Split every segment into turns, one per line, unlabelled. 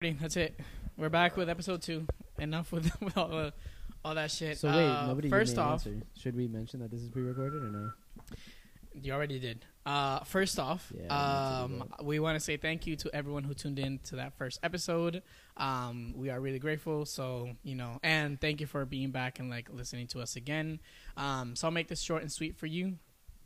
That's it. We're back with episode two. Enough with, with all the, all that shit.
So wait,
Uh,
nobody
First
gave me an
off,
answer. Should we mention that this is pre-recorded or no?
you already did. Uh, first off,
Yeah, I need to do
um, we want to say thank you to everyone who tuned in to that first episode. Um, we are really grateful. So you know, and thank you for being back and like listening to us again. Um, so I'll make this short and sweet for you.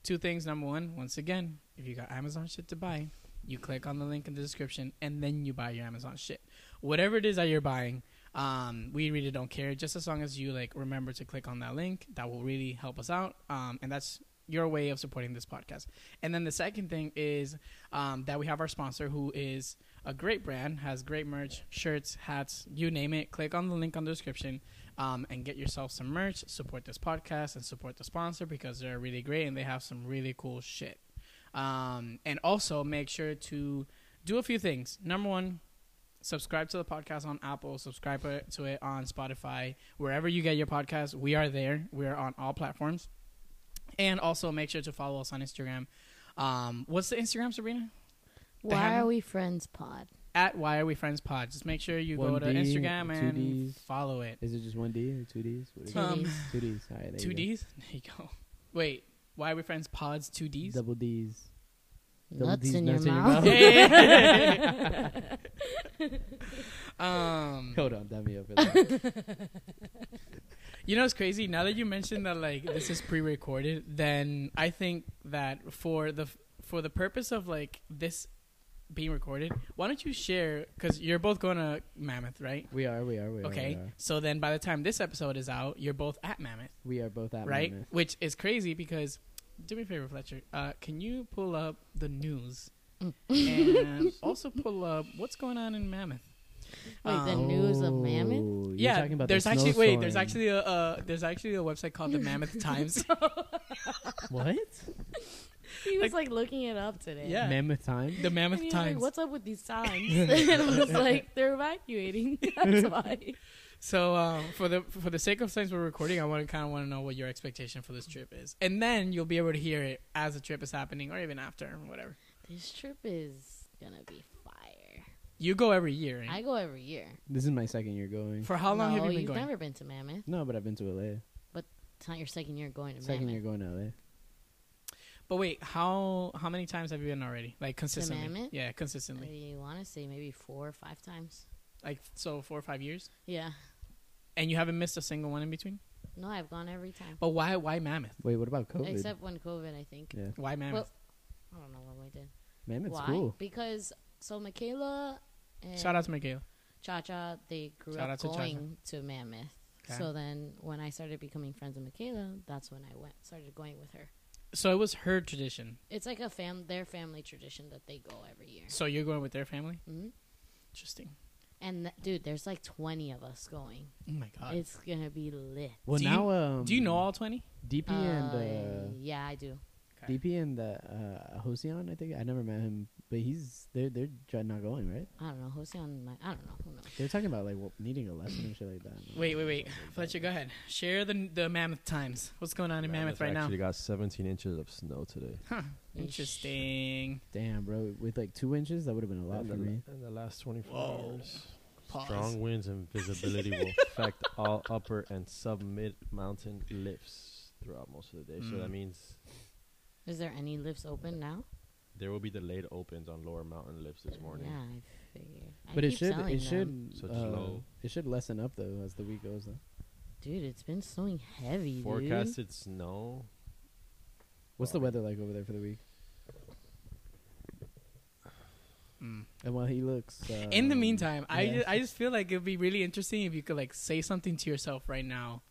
Two things. Number one, once again, if you got Amazon shit to buy, you click on the link in the description and then you buy your Amazon shit. Whatever it is that you're buying, um, we really don't care. Just as long as you like remember to click on that link, that will really help us out. Um, and that's your way of supporting this podcast. And then the second thing is um, that we have our sponsor who is a great brand, has great merch, shirts, hats, you name it. Click on the link on the description um, and get yourself some merch. Support this podcast and support the sponsor because they're really great and they have some really cool shit. Um, and also make sure to do a few things. Number one, subscribe to the podcast on Apple, subscribe to it on Spotify, wherever you get your podcast. We are there. We are on all platforms. And also make sure to follow us on Instagram. Um, what's the Instagram, Sabrina? The
Why
hammer?
are we friends pod?
At Why Are We Friends Pod. Just make sure you go to
1D,
Instagram and
2Ds.
follow it.
Is it just one D or two Ds? What is
Two
it?
Um,
Ds.
Two Ds. All right, there
Two
you
D's? There you go. Wait, Why Are We Friends Pods? Two
go.
D's?
Double Ds. double
Nuts
D's
in your
nuts in your
mouth.
mouth.
Um,
Hold on, dummy over there.
You know what's crazy? Now that you mentioned that, like this is pre-recorded, then I think that for the for the purpose of like this being recorded, why don't you share? Because you're both going to Mammoth, right?
we are, we are, we are.
Okay. So then, by the time this episode is out, you're both at Mammoth,
We are, we are both at
right?
Mammoth.
Which is crazy because, do me a favor, Fletcher. Uh, can you pull up the news and also pull up what's going on in Mammoth?
Wait, the
Um,
news of Mammoth?
Oh, you're
yeah,
talking about the
there's actually wait, there's
snowstorm.
actually a uh, there's actually a website called the Mammoth Times.
what?
He was like, looking it up today.
Yeah.
Mammoth time.
The
And
Mammoth
he was
Times.
like, What's up with these signs? and I was like, they're evacuating. That's why.
so um, for the for the sake of since we're recording, I want to kind of want to know what your expectation for this trip is, and then you'll be able to hear it as the trip is happening, or even after, whatever.
This trip is gonna be fire.
You go every year. right?
I go every year.
This is my second year going.
for how long
no,
have you been
have
going?
never been to Mammoth.
No, but I've been to LA.
It's not your second year going to
Second year going
Mammoth.
to LA.
But wait, how how many times have you been already? Like consistently?
Mammoth?
Yeah, consistently.
I want to Uh, say maybe four or five times.
Like so, four or five years,
Yeah.
and you haven't missed a single one in between.
No, I've gone every time.
But why why Mammoth?
Wait, what about
Oh.
COVID?
Except when COVID, I think.
yeah,
Why Mammoth?
I don't know what we did.
Mammoth's
Why?
cool.
Because so Michaela and
Shout out to Michaela.
Cha Cha, they grew
Shout
up
out to Cha-Cha.
going to Mammoth.
Okay.
So then when I started becoming friends with Michaela, that's when I went started going with her.
So it was her tradition.
It's like a fam their family tradition that they go every year.
So you're going with their family?
Mhm.
Interesting.
And th- dude, there's like 20 of us going.
Oh my god.
it's going to be lit.
Well,
Do you-
now um,
Do you know all twenty?
DP
Uh,
and uh,
yeah, I do.
Okay.
DP and the uh, Hoseon, I think I never met him, but he's they're they're try- not going right.
I don't know. Who's on my I don't know. Who knows?
They're talking about like what, needing a lesson and shit like that.
Wait, wait, wait. Fletcher, go ahead. Share the the Mammoth times. What's going on in Mammoth, right now?
actually got 17 inches of snow today.
Huh.
Ish.
Interesting.
Damn, bro, with like two inches, that would have been a lot
and,
for
the,
me.
and the last 24
Whoa.
hours,
Pause.
strong winds and visibility will affect all upper and sub mid mountain lifts throughout most of the day. So
Mm.
that means
Is there any lifts open now?
there will be delayed opens on lower mountain lifts this morning.
Yeah, I figured. I
But it
keep
should
telling
it
them.
should
So it's
uh,
low.
it should lessen up though as the week goes. Though.
Dude, it's been snowing heavy, dude.
Forecasted snow.
What's the
Well,
weather like over there for the week?
Mm.
And while he looks, um,
In the meantime, I
yeah.
ju- I just feel like it'd be really interesting if you could like say something to yourself right now,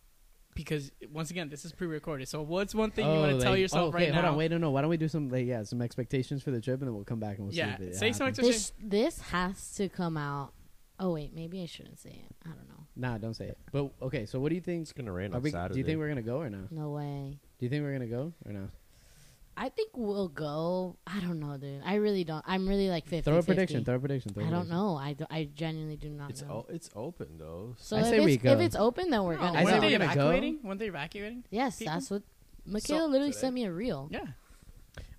because once again, this is pre-recorded. So what's one thing you
Oh,
want to tell
like-
yourself
oh, okay,
right
hold
now?
on, wait, no, no. Why don't we do some like yeah, some expectations for the trip, and then we'll come back and we'll
yeah,
see if it
say
happens.
something.
This this has to come out. Oh wait, maybe I shouldn't say it. I don't know.
Nah, don't say it. But okay, so what do you think?
It's gonna rain
Are
on
we,
Saturday.
do you think we're gonna go or no? Do
No way.
you think we're gonna go or no?
I think we'll go. I don't know, dude. I really don't. I'm really like 50.
Throw a prediction. Throw a prediction. Throw a
I don't
prediction.
know. I, do, I genuinely do not
it's
know.
o- it's open though.
so
I
if,
say
it's,
we go.
if it's open, then Oh, we're
No,
gonna.
I
weren't
said
go.
they
we're gonna go.
evacuating? Weren't they evacuating?
yes,
people.
that's what. Michaela literally sent me a reel.
Yeah.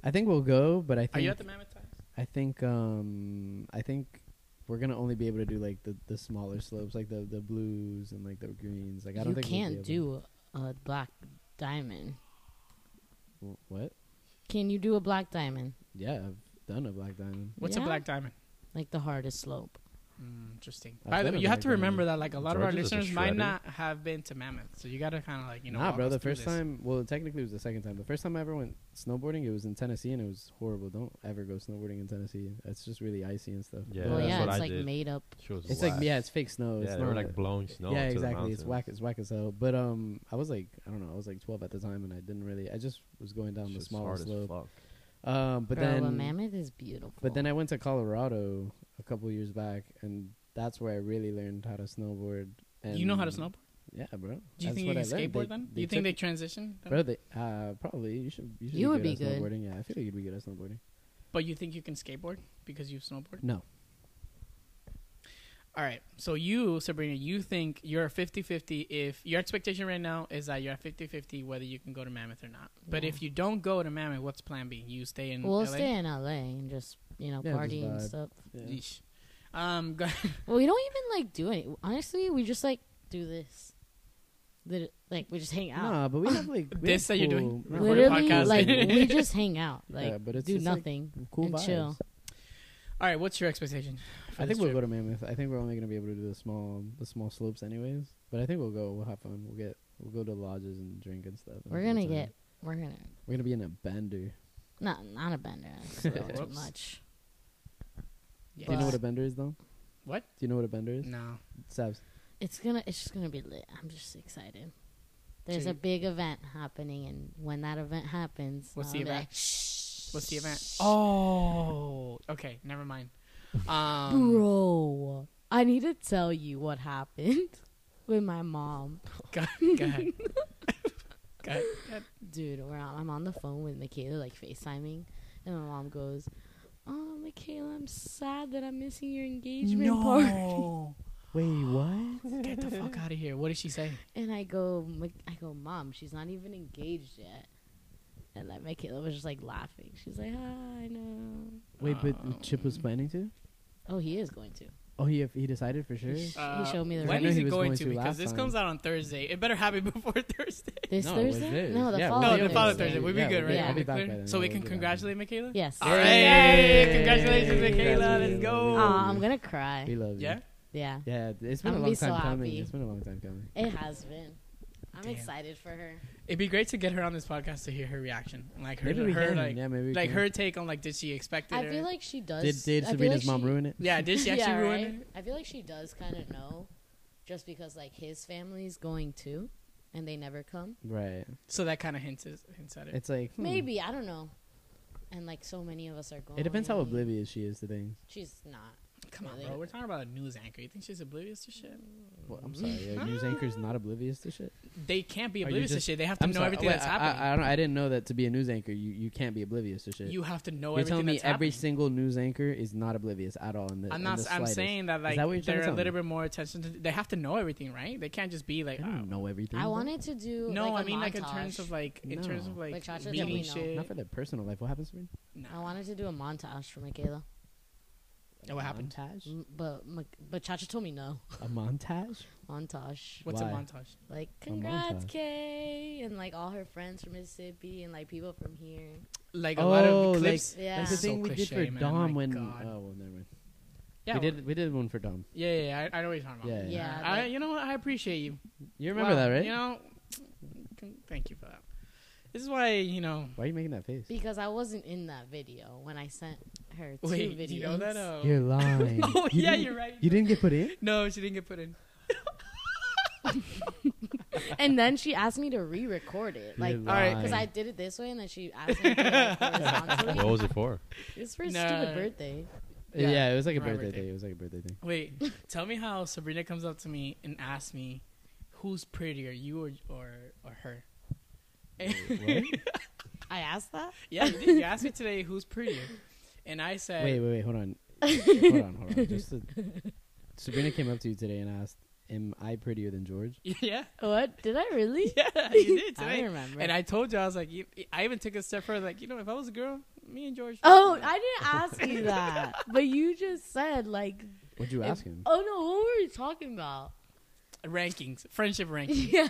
I think we'll go, but I think
Are you at the Mammoth Times?
I think um I think we're gonna only be able to do like the, the smaller slopes, like the, the blues and like the greens. Like I don't
you
think we'll
can't
be able-
do a black diamond.
Wh- what.
Can you do a black diamond?
Yeah, I've done a black diamond.
What's a
Yeah.
black diamond?
Like the hardest slope.
Mm, interesting.
I've
By the
been
way,
a
you have
black
to remember that
diamond.
like a lot of our
Georgia's is a
listeners might
shredder.
not have been to Mammoth, so you gotta kind of like you know.
nah,
walk
bro.
us
The
through
first
this.
time, well, technically it was the second time. The first time I ever went snowboarding, it was in Tennessee, and it was horrible. Don't ever go snowboarding in Tennessee. It's just really icy and stuff.
Yeah,
well,
that's
yeah,
what
it's
I
like
did.
made up.
She was
It's
whack.
like yeah, it's fake snow.
yeah,
it's
they were
not
like blowing snow.
yeah,
into
exactly.
The
It's whack.
mountains.
It's whack as hell. But um, I was like, I don't know, I was like 12 at the time, and I didn't really. I just was going down the
Shit's
smaller
hard as
slope.
fuck.
Um, but
Bro, a
then,
mammoth is beautiful.
but then I went to Colorado a couple years back, and that's where I really learned how to snowboard. And
you know how to snowboard.
Yeah, bro.
Do you
That's
think you
what
can
I
skateboard
learned. They-
then? Do
they
you think
took-
they transition? then?
Bro, they, uh, probably you should. You, should
You would be
at
good.
Snowboarding. Yeah, I feel like you'd be good at snowboarding.
But you think you can skateboard because you've snowboarded?
No,
All right. So you, Sabrina, you think you're 50-50 if your expectation right now is that you're 50-50 whether you can go to Mammoth or not. But
Yeah.
if you don't go to Mammoth, what's plan B? You stay in
we'll
LA?
stay in LA and just you know
Yeah, just
party and
vibe.
stuff.
yeah.
Yeesh. Um, go-
Well, we don't even like do any. Honestly, we just like do this. Lit- Like we just hang out.
nah, but we have like we
This that
have
you're
cool-
doing?
nah,
Record a
Literally,
podcast.
like we just hang out, like
Yeah, but it's
do
just, like,
nothing.
cool
and chill.
vibes.
all right, what's your expectation? for
I
this
think we'll
trip?
go to Mammoth. I think we're only gonna be able to do the small the small slopes anyways. But I think we'll go. We'll have fun. We'll get we'll go to lodges and drink and stuff. and
We're
have a
gonna
good time.
get. We're gonna
We're gonna be in a bender.
not not a bender. That's a little too
Whoops.
much.
Yeah.
Do you know what a
But-
bender is though?
What?
Do you know what a bender is?
No.
Sabs.
It's gonna. It's just gonna be lit. I'm just excited. There's
So
a
you-
big event happening, and when that event happens,
What's the
I'll be
event?
like, "Shh,
What's the event? Oh. Okay. Never mind. Um,
bro, I need to tell you what happened with my mom,
Go, go ahead. go ahead.
dude. We're on, I'm on the phone with Michaela, like Facetiming, and my mom goes, "Oh, Michaela, I'm sad that I'm missing your engagement party."
Wait, what?
Get the fuck out of here. What did she say?
And I go, "Mi- I go, mom, she's not even engaged yet. And like Michaela was just like laughing. She's like, ah, I know.
Wait, but Chip
Um,
was planning to.
Oh, he is going to.
Oh, he he decided for sure.
He sh- he showed me the.
I
When
know
is
Uh, he
it
was
going,
going
to?
to
Because
last
this
time.
comes out on Thursday. It better happen before Thursday.
This
No, it was
Thursday?
this.
No, the
Yeah, we'll
No,
following.
the
Thursday.
following Thursday. We'll
Yeah,
be good,
we'll
right?
be- I'll
We'll
be
be
back
clear.
by then.
So we
We'll
can
be back.
congratulate Michaela?
Yes.
All right. Congratulations,
Yay.
Michaela. Let's
Congratulations.
go.
Aw, I'm gonna cry.
We love you.
Yeah?
Yeah,
Yeah, it's been
I'm
a
gonna
long
be so
time coming.
happy.
It's been a long time coming.
it has been. I'm
Damn.
excited for her.
It'd be great to get her on this podcast to hear her reaction. Like her,
Maybe we
her
can.
like,
yeah, maybe we
like
can.
her take on like did she expect it?
I
or-
feel like she does.
Did did
I feel
Sabrina's
like
mom
she-
ruin it?
Yeah, did she actually
yeah,
ruin
right?
it?
I feel like she does kind of know, just because like his family's going too, and they never come.
Right.
So that kind of hints, is- hints at it.
It's like hmm.
Maybe I don't know. And like so many of us are going.
It depends how oblivious she is to things.
She's not.
Come on,
really.
bro. We're talking about a news anchor. You think she's oblivious to shit?
Well, I'm sorry. A news anchor's not oblivious to shit.
They can't be
Are you
oblivious to
just-
shit. They Ah. have to know
sorry,
everything
wait,
that's
I-
happening.
I, I, don't, I didn't know that to be a news anchor, you, you can't be oblivious to shit.
you have to know
are
everything
telling me
that's
every
happening.
single news anchor is not oblivious at all. In the,
I'm
in
not.
the
I'm
slightest.
saying that like
that what you're
they're
trying to
a
tell
little
me?
bit more attention. to They have to know everything, right? They can't just be like.
I
oh.
don't know everything.
I
though.
wanted to do.
No,
like,
I
a
mean like in
montage.
terms of like in terms of
No.
like
Like, Chacha
said
meeting
we
know.
shit.
Not for their personal life. What happens, Sabrina?
I
Nah.
wanted to do a montage for Michaela,
Yeah, What happened?
Montage.
M- but Ma- but Chacha told me no
A montage.
montage.
What's a
Why?
montage?
Like congrats,
montage.
Kay, and like all her friends from Mississippi, and like people from here.
Like a lot of
Oh, like-
clips.
Yeah.
That's the
It's so
thing we did
cliche,
for
man.
Dom
My
when.
God.
Oh well, never mind.
Yeah,
we did. We did one for Dom.
Yeah, yeah, yeah, I, I know what you're talking about.
Yeah.
Yeah,
I,
like-
you know what? I appreciate you.
You remember
Wow,
that, right?
You know, c- thank you for that. This is why you know.
Why are you making that face?
Because I wasn't in that video when I sent her two
Wait,
videos.
do you know that? Uh,
You're lying.
oh
You
yeah,
didn't-
you're right.
You didn't get put in.
No, she didn't get put in.
and then she asked me to re-record it, like
You're
alright,
because I
lying.
did it this way, and then she asked me to re-record it
What
horizontally.
was it for?
It's for his
Nah.
stupid birthday.
Yeah.
Yeah, it was like a
My
birthday
birthday.
thing. It was like a birthday thing.
Wait, tell me how Sabrina comes up to me and asks me, "Who's prettier, you or or, or her?"
I asked that.
yeah, you, did. you asked me today who's prettier, and I said,
Wait, wait, wait. Hold on. hold on, hold on. Just to, Sabrina came up to you today and asked, "Am I prettier than George?"
"Yeah,
What did I really?
yeah, you did
I
today."
don't remember.
And I told you I was like, you- I even took a step further, like you know, if I was a girl, me and George.
oh, I didn't ask you that, but you just said like
What'd you
If-
ask him?
Oh no, what were we talking about?
Rankings, friendship rankings.
yeah.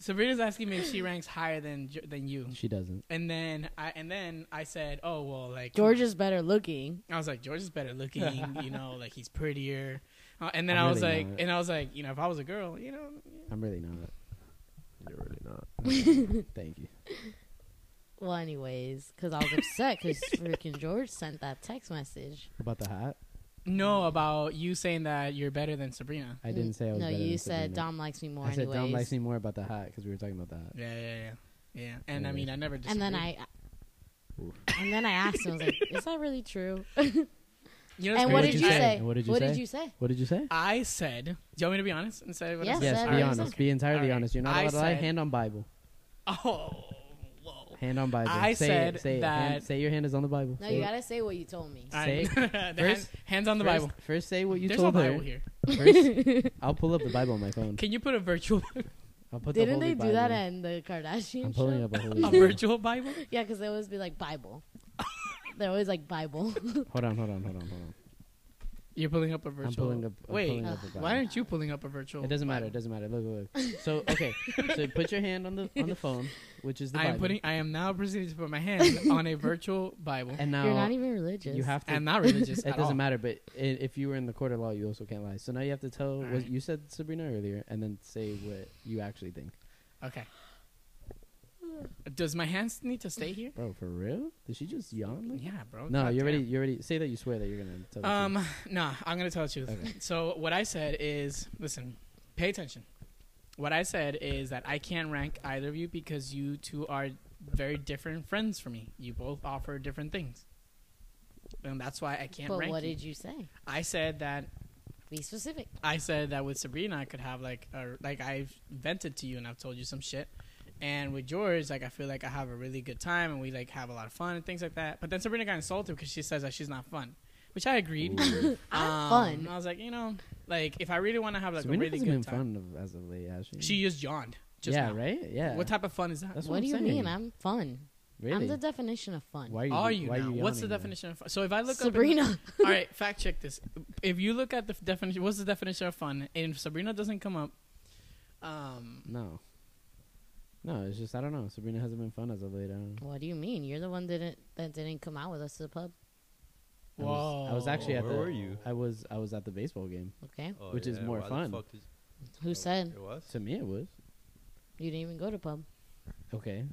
Sabrina's asking me if she ranks higher than J- than you.
She doesn't.
And then I and then I said, "Oh well, like
George is better looking.
I was like, George is better looking, you know, like he's prettier. Uh, and then
I'm
I was
really
like,
not.
and I was like, you know, if I was a girl, you know,
I'm really not.
You're really not.
Thank you.
Well, anyways, because I was upset because freaking George sent that text message.
About the hat,
no about you saying that you're better than Sabrina.
I didn't say I was.
No,
better
you
than
said
Sabrina.
Dom likes me more.
I said
anyways.
Dom likes me more about the hat because we were talking about the hat.
Yeah, yeah, yeah, yeah. And I
Anyways.
mean, I never.
And
Disagreed.
then I,
Oof.
and then I asked him, I was like, "Is that really true?"
you know, what's
and
crazy.
what
crazy?
did you
I,
say?
And what did you
what
say?
did you say?
What did you say?
I said, do you want me to be honest and say what I
Yes,
said?
yes,
said
be
I
Alright.
was
honest.
okay.
Be entirely
Alright.
honest. You're not
I
allowed to lie.
said-
Hand on Bible.
Oh, whoa.
Hand on Bible.
I
say
said
it, say it. Hand,
that-
say your hand is on the Bible.
No,
Say
you
it.
gotta say what you told me.
All right.
Say-
The
first-
hand- hands on the
first,
Bible.
First, say what you
There's
told
a
her.
Bible here.
First, I'll pull up the Bible on my phone.
Can you put a virtual
I'll put
Didn't
the
they
Holy
do
Bible.
that in the Kardashian
I'm
show?
pulling up a holy.
a
Bible.
virtual Bible?
Yeah, because they always be like Bible. They're always like Bible.
Hold on, hold on, hold on, hold on.
You're pulling up a virtual.
I'm pulling up. I'm
Wait,
pulling up a Bible.
why aren't you pulling up a virtual?
It doesn't matter. It
Bible?
doesn't matter. Look, look. look. So okay, so put your hand on the on the phone, which is the
I
Bible.
am putting. I am now proceeding to put my hand on a virtual Bible.
and now
You're not even religious.
you have to.
I'm not religious.
it doesn't matter, but i if you were in the court of law, you also can't lie. So now you have to tell what
Alright.
you said, Sabrina, earlier, and then say what you actually think.
Okay. Does my hands need to stay here?
Bro, for real? Did she just yawn? Like-
Yeah, bro.
No,
God
you already
damn.
you already say that you swear that you're gonna tell. the
Um,
truth.
nah, I'm gonna tell the truth.
Okay.
So what I said is, listen, pay attention. What I said is that I can't rank either of you because you two are very different friends for me. You both offer different things, and that's why I can't
But
rank.
what
you.
did you say?
I said that
Be specific.
I said that with Sabrina, I could have like, a, like I've vented to you and I've told you some shit. And with George, like I feel like I have a really good time and we like have a lot of fun and things like that. But then Sabrina got insulted because she says that she's not fun, which I agreed.
I'm
Um,
fun.
I was like, you know, like if I really want to have like a
Sabrina
really
hasn't
good
been
time,
fun of, as of late, has she?
she just yawned. Just
yeah,
now.
right. Yeah.
What type of fun is that?
That's
what
I'm
do you
saying.
mean? I'm fun.
really?
I'm the definition of fun.
why are you?
are you?
why
now?
Are you
What's the
yawning now?
definition of fun? So if I look up
Sabrina.
in the- all right, fact check this. If you look at the f- definition, what's the definition of fun? And if Sabrina doesn't come up, um,
No. No, it's just I don't know. Sabrina hasn't been fun as of late. I don't know.
What do you mean? You're the one didn't that didn't come out with us to the pub.
I was, I was
Whoa.
actually at
Where
the.
were you?
I was I was at the baseball game.
Okay.
Oh,
Which is
yeah,
more
why the
fun.
fuck did-
Who said
It was?
To me, it was
you didn't even go to pub?
okay.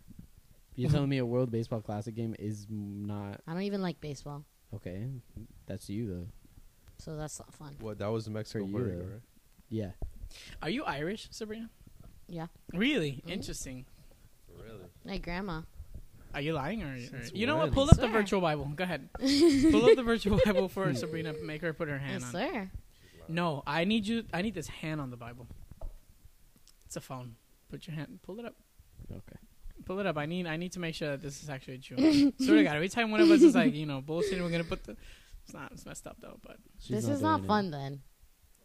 You're telling me a World Baseball Classic game is m- not
I don't even like baseball,
okay? That's you though.
so that's not fun.
What? That was Mexico
you,
Puerto Rico,
though.
right?
Yeah.
Are you Irish, Sabrina?
Yeah,
Really
Mhm.
interesting.
Really?
like grandma.
Are you lying or? or-
Since
you know what?
when?
Pull up the
Sir.
virtual Bible. Go ahead. Pull up the virtual Bible for Sabrina. Make her put her hand
yes,
on. it.
sir.
No, I need you. I need this hand on the Bible. It's a phone. Put your hand. Pull it up.
Okay.
Pull it up. I need. I need to make sure that this is actually true. Swear to God, every time one of us is like, you know, bullshitting, we're gonna put the. It's not. It's messed up though. But
She's
this is not
doing it.
fun. Then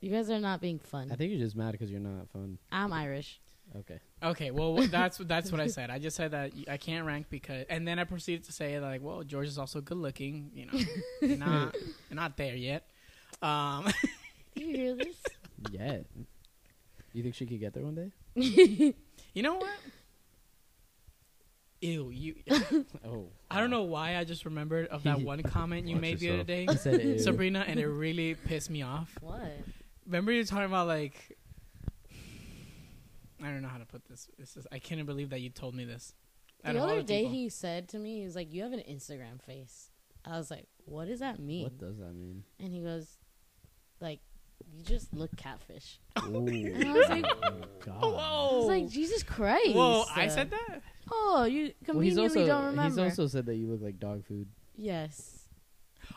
you guys are not being fun.
I think you're just mad because you're not fun.
I'm Irish.
Okay.
okay, well wh- that's that's what I said. I just said that y- I can't rank because, and then I proceeded to say like, well, George is also good looking. You know, not not there yet. Um,
Do you hear this?
Yeah. You think she could get there one day?
you know what? Ew, you.
Oh.
I don't
wow.
know why I just remembered of that one comment you
Watch
made the other
yourself.
day,
I said ew.
Sabrina, and it really pissed me off.
what?
Remember you talking about like I don't know how to put this. This is I can't believe that you told me this. Out
The
of all
other
the
day
people.
he said to me, he was like, "You have an Instagram face." I was like, "What does that mean?"
What does that mean?
and he goes, "Like, you just look catfish." And I
Ooh.
was like,
Oh, God.
Whoa.
I was like, Jesus Christ.
Oh, Whoa, I
Uh,
said that?
Oh, you
Well, he's
conveniently
also
don't remember.
he's also said that you look like dog food.
yes.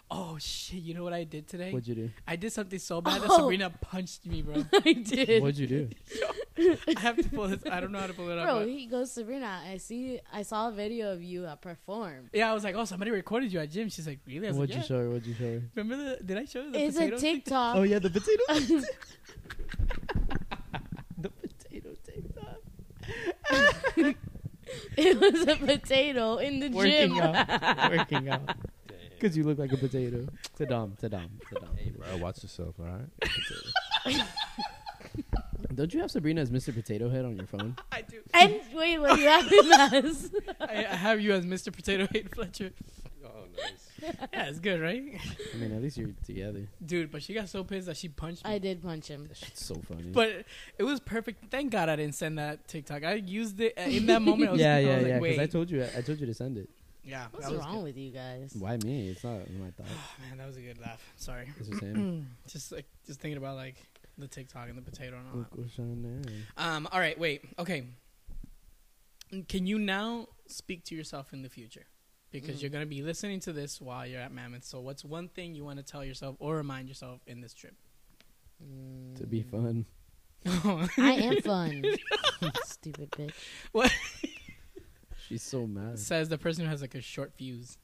Oh shit, you know what I did today?
What'd you do?
I did something so bad that
Oh.
Sabrina punched me, bro.
I did.
What'd you do?
I have to pull this I don't know how to pull it up.
Bro,
but-
he goes, Sabrina, I see I saw a video of you uh, perform.
yeah, I was like, Oh, somebody recorded you at gym. She's like, Really? I was
What'd
like,
you
yeah.
show her? What'd you show her?
Remember the did I show you the
It's a
potato thing?
TikTok.
Oh, yeah, the potato.
The potato TikTok.
it was a potato in the
Working
gym.
out. Working out. Because you look like a potato. To Dom. To Dom. To Dom.
bro. Watch yourself, all right?
Don't you have Sabrina as Mr. Potato Head on your phone?
I do.
And wait, what you have in us?
I, I have you as Mr. Potato Head Fletcher.
oh, nice.
Yeah, it's good, right?
I mean, at least you're together.
Dude, but she got so pissed that she punched me.
I did punch him.
That shit's so funny.
But it was perfect. Thank God I didn't send that TikTok. I used it uh, in that moment. I was,
yeah,
I was
yeah, yeah.
like,
Because I
wait.
told you, I told you to send it.
yeah.
What's
that was
wrong
good.
with you guys?
Why me? It's not my thought.
Oh, man, that was a good laugh. Sorry.
It's just
Mm.
him.
Just like just thinking about like the TikTok and the potato and all that.
Uncle Shannon.
Um. All right. Wait. Okay. Can you now speak to yourself in the future? Because
Mm.
you're gonna be listening to this while you're at Mammoth. So, what's one thing you want to tell yourself or remind yourself in this trip?
To be fun.
Mm. I am fun. Stupid bitch.
She's so mad.
Says the person who has like a short fuse.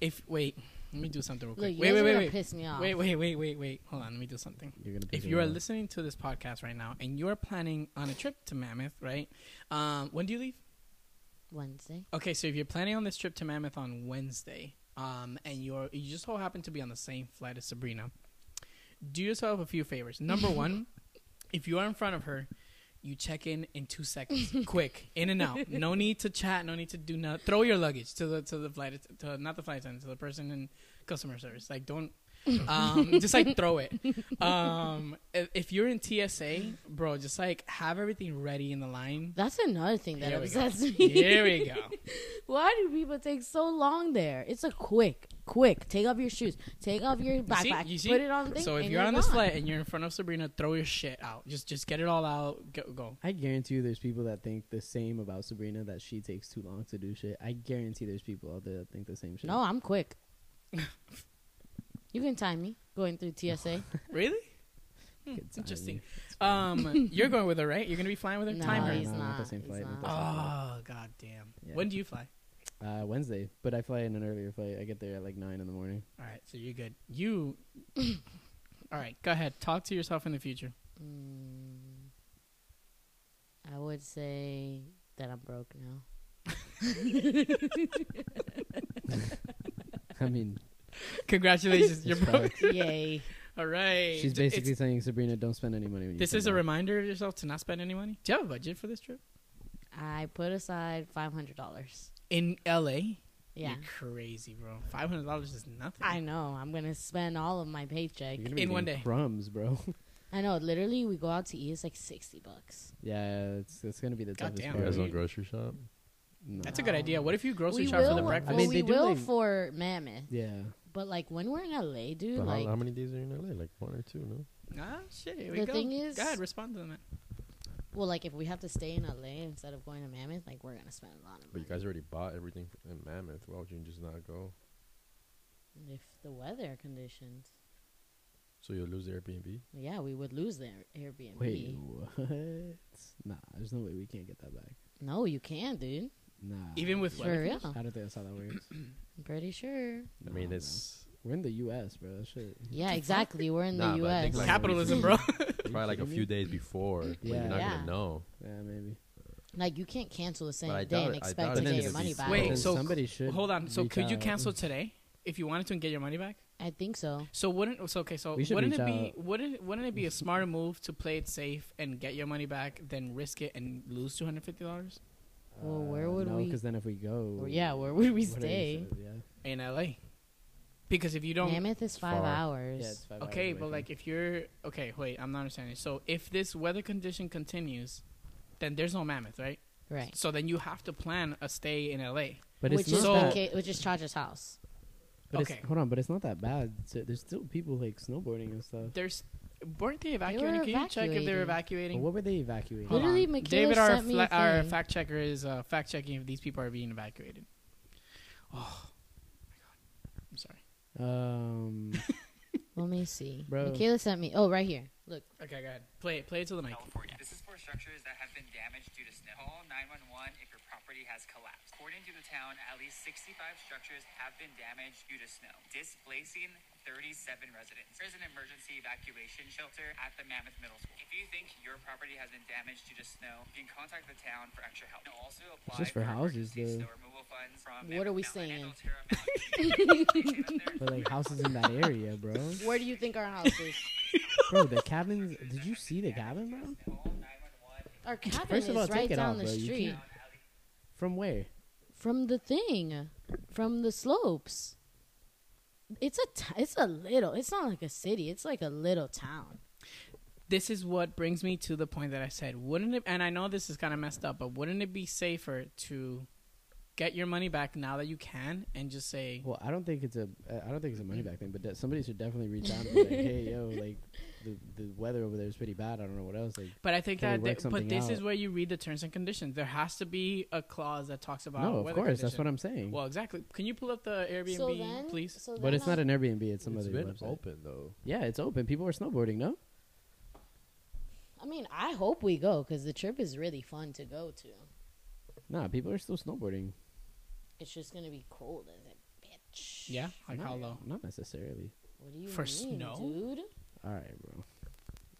If wait, let me do something real
Look,
quick.
you
wait,
guys
wait,
are
wait,
gonna
wait,
piss me off.
wait, wait, wait, wait, wait. Hold on, let me do something.
You're gonna. piss
If
her
you are
off.
listening to this podcast right now and you are planning on a trip to Mammoth, right? Um, when do you leave?
Wednesday.
Okay, so if you're planning on this trip to Mammoth on Wednesday, um, and you're you just so happen to be on the same flight as Sabrina, do yourself a few favors. Number one, if you are in front of her, you check in in two seconds, quick, in and out. No need to chat. No need to do nothing. Throw your luggage to the to the flight att- to not the flight attendant to the person in customer service. Like don't. um, just like throw it. Um, if, if you're in TSA, bro, just like have everything ready in the line.
That's another thing that
Here we go.
upsets me.
Here we go.
Why do people take so long there? It's a quick, quick. Take off your shoes. Take off your
see?
backpack.
You see?
Put it on. the Thing,
So if
and
you're on this
gone.
flight and you're in front of Sabrina, throw your shit out. Just just get it all out. Go. go.
I guarantee you, there's people that think the same about Sabrina that she takes too long to do shit. I guarantee there's people out there that think the same shit.
no, I'm quick. you can time me going through TSA.
Really? Hmm,
Good timing.
Interesting.
It's fine.
Um, you're going with her, right? You're gonna be flying with her.
no,
Time her.
he's
No, not
not.
the same
he's
flight, not
not.
the same.
Oh god damn.
Yeah.
When do you fly?
Uh, Wednesday, but I fly in an earlier flight. I get there at like nine in the morning.
All right, so you're good. You. all right, go ahead. Talk to yourself in the future.
Mm, I would say that I'm broke now.
I mean,
Congratulations, you're
It's
broke.
Yay.
All right.
she's
It's-
basically saying, Sabrina, don't spend any money. When you
This
come
is a
back."
reminder of yourself to not spend any money. Do you have a budget for this trip?
I put aside five hundred dollars.
In LA?
Yeah,
You're crazy, bro. Five hundred dollars is nothing.
I know. I'm gonna spend all of my paycheck.
You're gonna be
in one
getting
day.
Crumbs, bro.
I know. Literally, we go out to eat. It's like sixty bucks.
yeah, it's it's gonna be the
God
toughest
damn.
You
part.
guys
Yeah.
don't grocery shop?
No.
That's a good idea. What if you grocery
we
shop for the
will. well,
breakfast?
I mean,
we
they do,
will
like-
for Mammoth,
Yeah,
but like when we're in LA, dude,
But
like
how, how many days are you in LA? Like one or two, no?
Ah, shit. Here we
The
go.
thing is-
go ahead, respond to them.
well, like if we have to stay in LA instead of going to Mammoth, like we're gonna spend a lot of
But
money.
you guys already bought everything f- in Mammoth. Why would you just not go?
if the weather conditions,
So you'll lose the Airbnb?
yeah, we would lose the Airbnb.
Wait, what? Nah, there's no way we can't get that back.
No, you can, dude.
Nah.
Even with
For
weather
real,
conditions?
I don't think that's how that works.
I'm pretty sure.
I
Nah,
mean,
bro.
it's
We're in the U.S., bro. That shit.
Yeah, exactly. We're in
Nah,
the
but I think,
U.S.
like,
Capitalism, bro.
probably like a
kidding
few
me?
days before. when
Yeah.
You're not
Yeah.
gonna know.
Yeah, maybe.
Like you can't cancel the
I
same
doubt
day and
it- I
expect
doubt
to
it
get
is
your
a
money
decent
back.
Wait,
Then
so-
somebody should
Hold on. So
reach
could you
out.
cancel today if you wanted to and get your money back?
I think so.
So wouldn't so okay, so
We should
wouldn't
reach
it be
out.
wouldn't wouldn't it be a smarter move to play it safe and get your money back than risk it and lose two hundred fifty dollars
Well, where
Uh,
would
no,
we-
Because then if we go,
Well, yeah, where would we
what are the
stay?
chances? Yeah,
in LA? Because if you don't
Mammoth is five
Far.
hours.
yeah, it's five hours
Okay,
away
but
from-
like if you're okay, wait, I'm not understanding. So if this weather condition continues, then there's no mammoth, right?
right.
So then you have to plan a stay in LA.
but
which
it's not
is
so-
that,
Becca- which is Chacha's house.
but it's-
Okay.
hold on, but it's not that bad. So there's still people like snowboarding and stuff.
There's weren't they evacuating? Can you check if
evacuating.
they're
But
evacuating?
what were they evacuating?
Hold
Literally,
on.
Michaela
David, our,
sent me a
our
thing.
fact checker, is uh, fact checking if these people are being evacuated. Oh, my God. I'm sorry.
Um,
Let me see.
Bro.
Michaela sent me. Oh, right here. Look.
Okay, go ahead. Play it. Play it to the mic.
California. This is for Therefore, structures that have been damaged due to snow. Call 911 if your property has collapsed. According to the town, at least 65 structures have been damaged due to snow, displacing 37 residents. There is an emergency evacuation shelter at the Mammoth Middle School. If you think your property has been damaged due to snow, you can contact the town for extra help. You can also apply
just for houses,
emergency
though.
snow removal funds from
What are we
Mammoth Mountain and Alterra Mountain.
But like houses in that area, bro.
Where do you think our house is?
Bro, the cabins. Did you see the cabin, bro?
Call 911
Our cabin
First of all,
is
take
right
it
down
off,
the
bro. You
street
can't- From where?
from the thing, from the slopes. It's a t- it's a little. It's not like a city. It's like a little town.
this is what brings me to the point that I said, wouldn't it? And I know this is kind of messed up, but wouldn't it be safer to get your money back now that you can and just say,
Well, I don't think it's a. uh, I don't think it's a money back thing, but de- somebody should definitely reach out and be like, "Hey, yo, like, the the weather over there is pretty bad. I don't know what else." Like,
but I think
Can we
that,
work
th- but
something
this is
out?
where you read the terms and conditions. There has to be a clause that talks about.
no, of course,
weather
that's what
conditions.
I'm saying.
Well, exactly. Can you pull up the Airbnb,
so then,
please?
So
but
then
it's not
I-
an Airbnb. It's some
It's
other
been
website.
open though.
Yeah, it's open. People are snowboarding. No,
I mean, I hope we go because the trip is really fun to go to.
nah, people are still snowboarding.
It's just gonna be cold as a bitch.
Yeah, like
not,
how low?
Not necessarily.
What do you
For
mean,
snow?
dude?
All right, bro.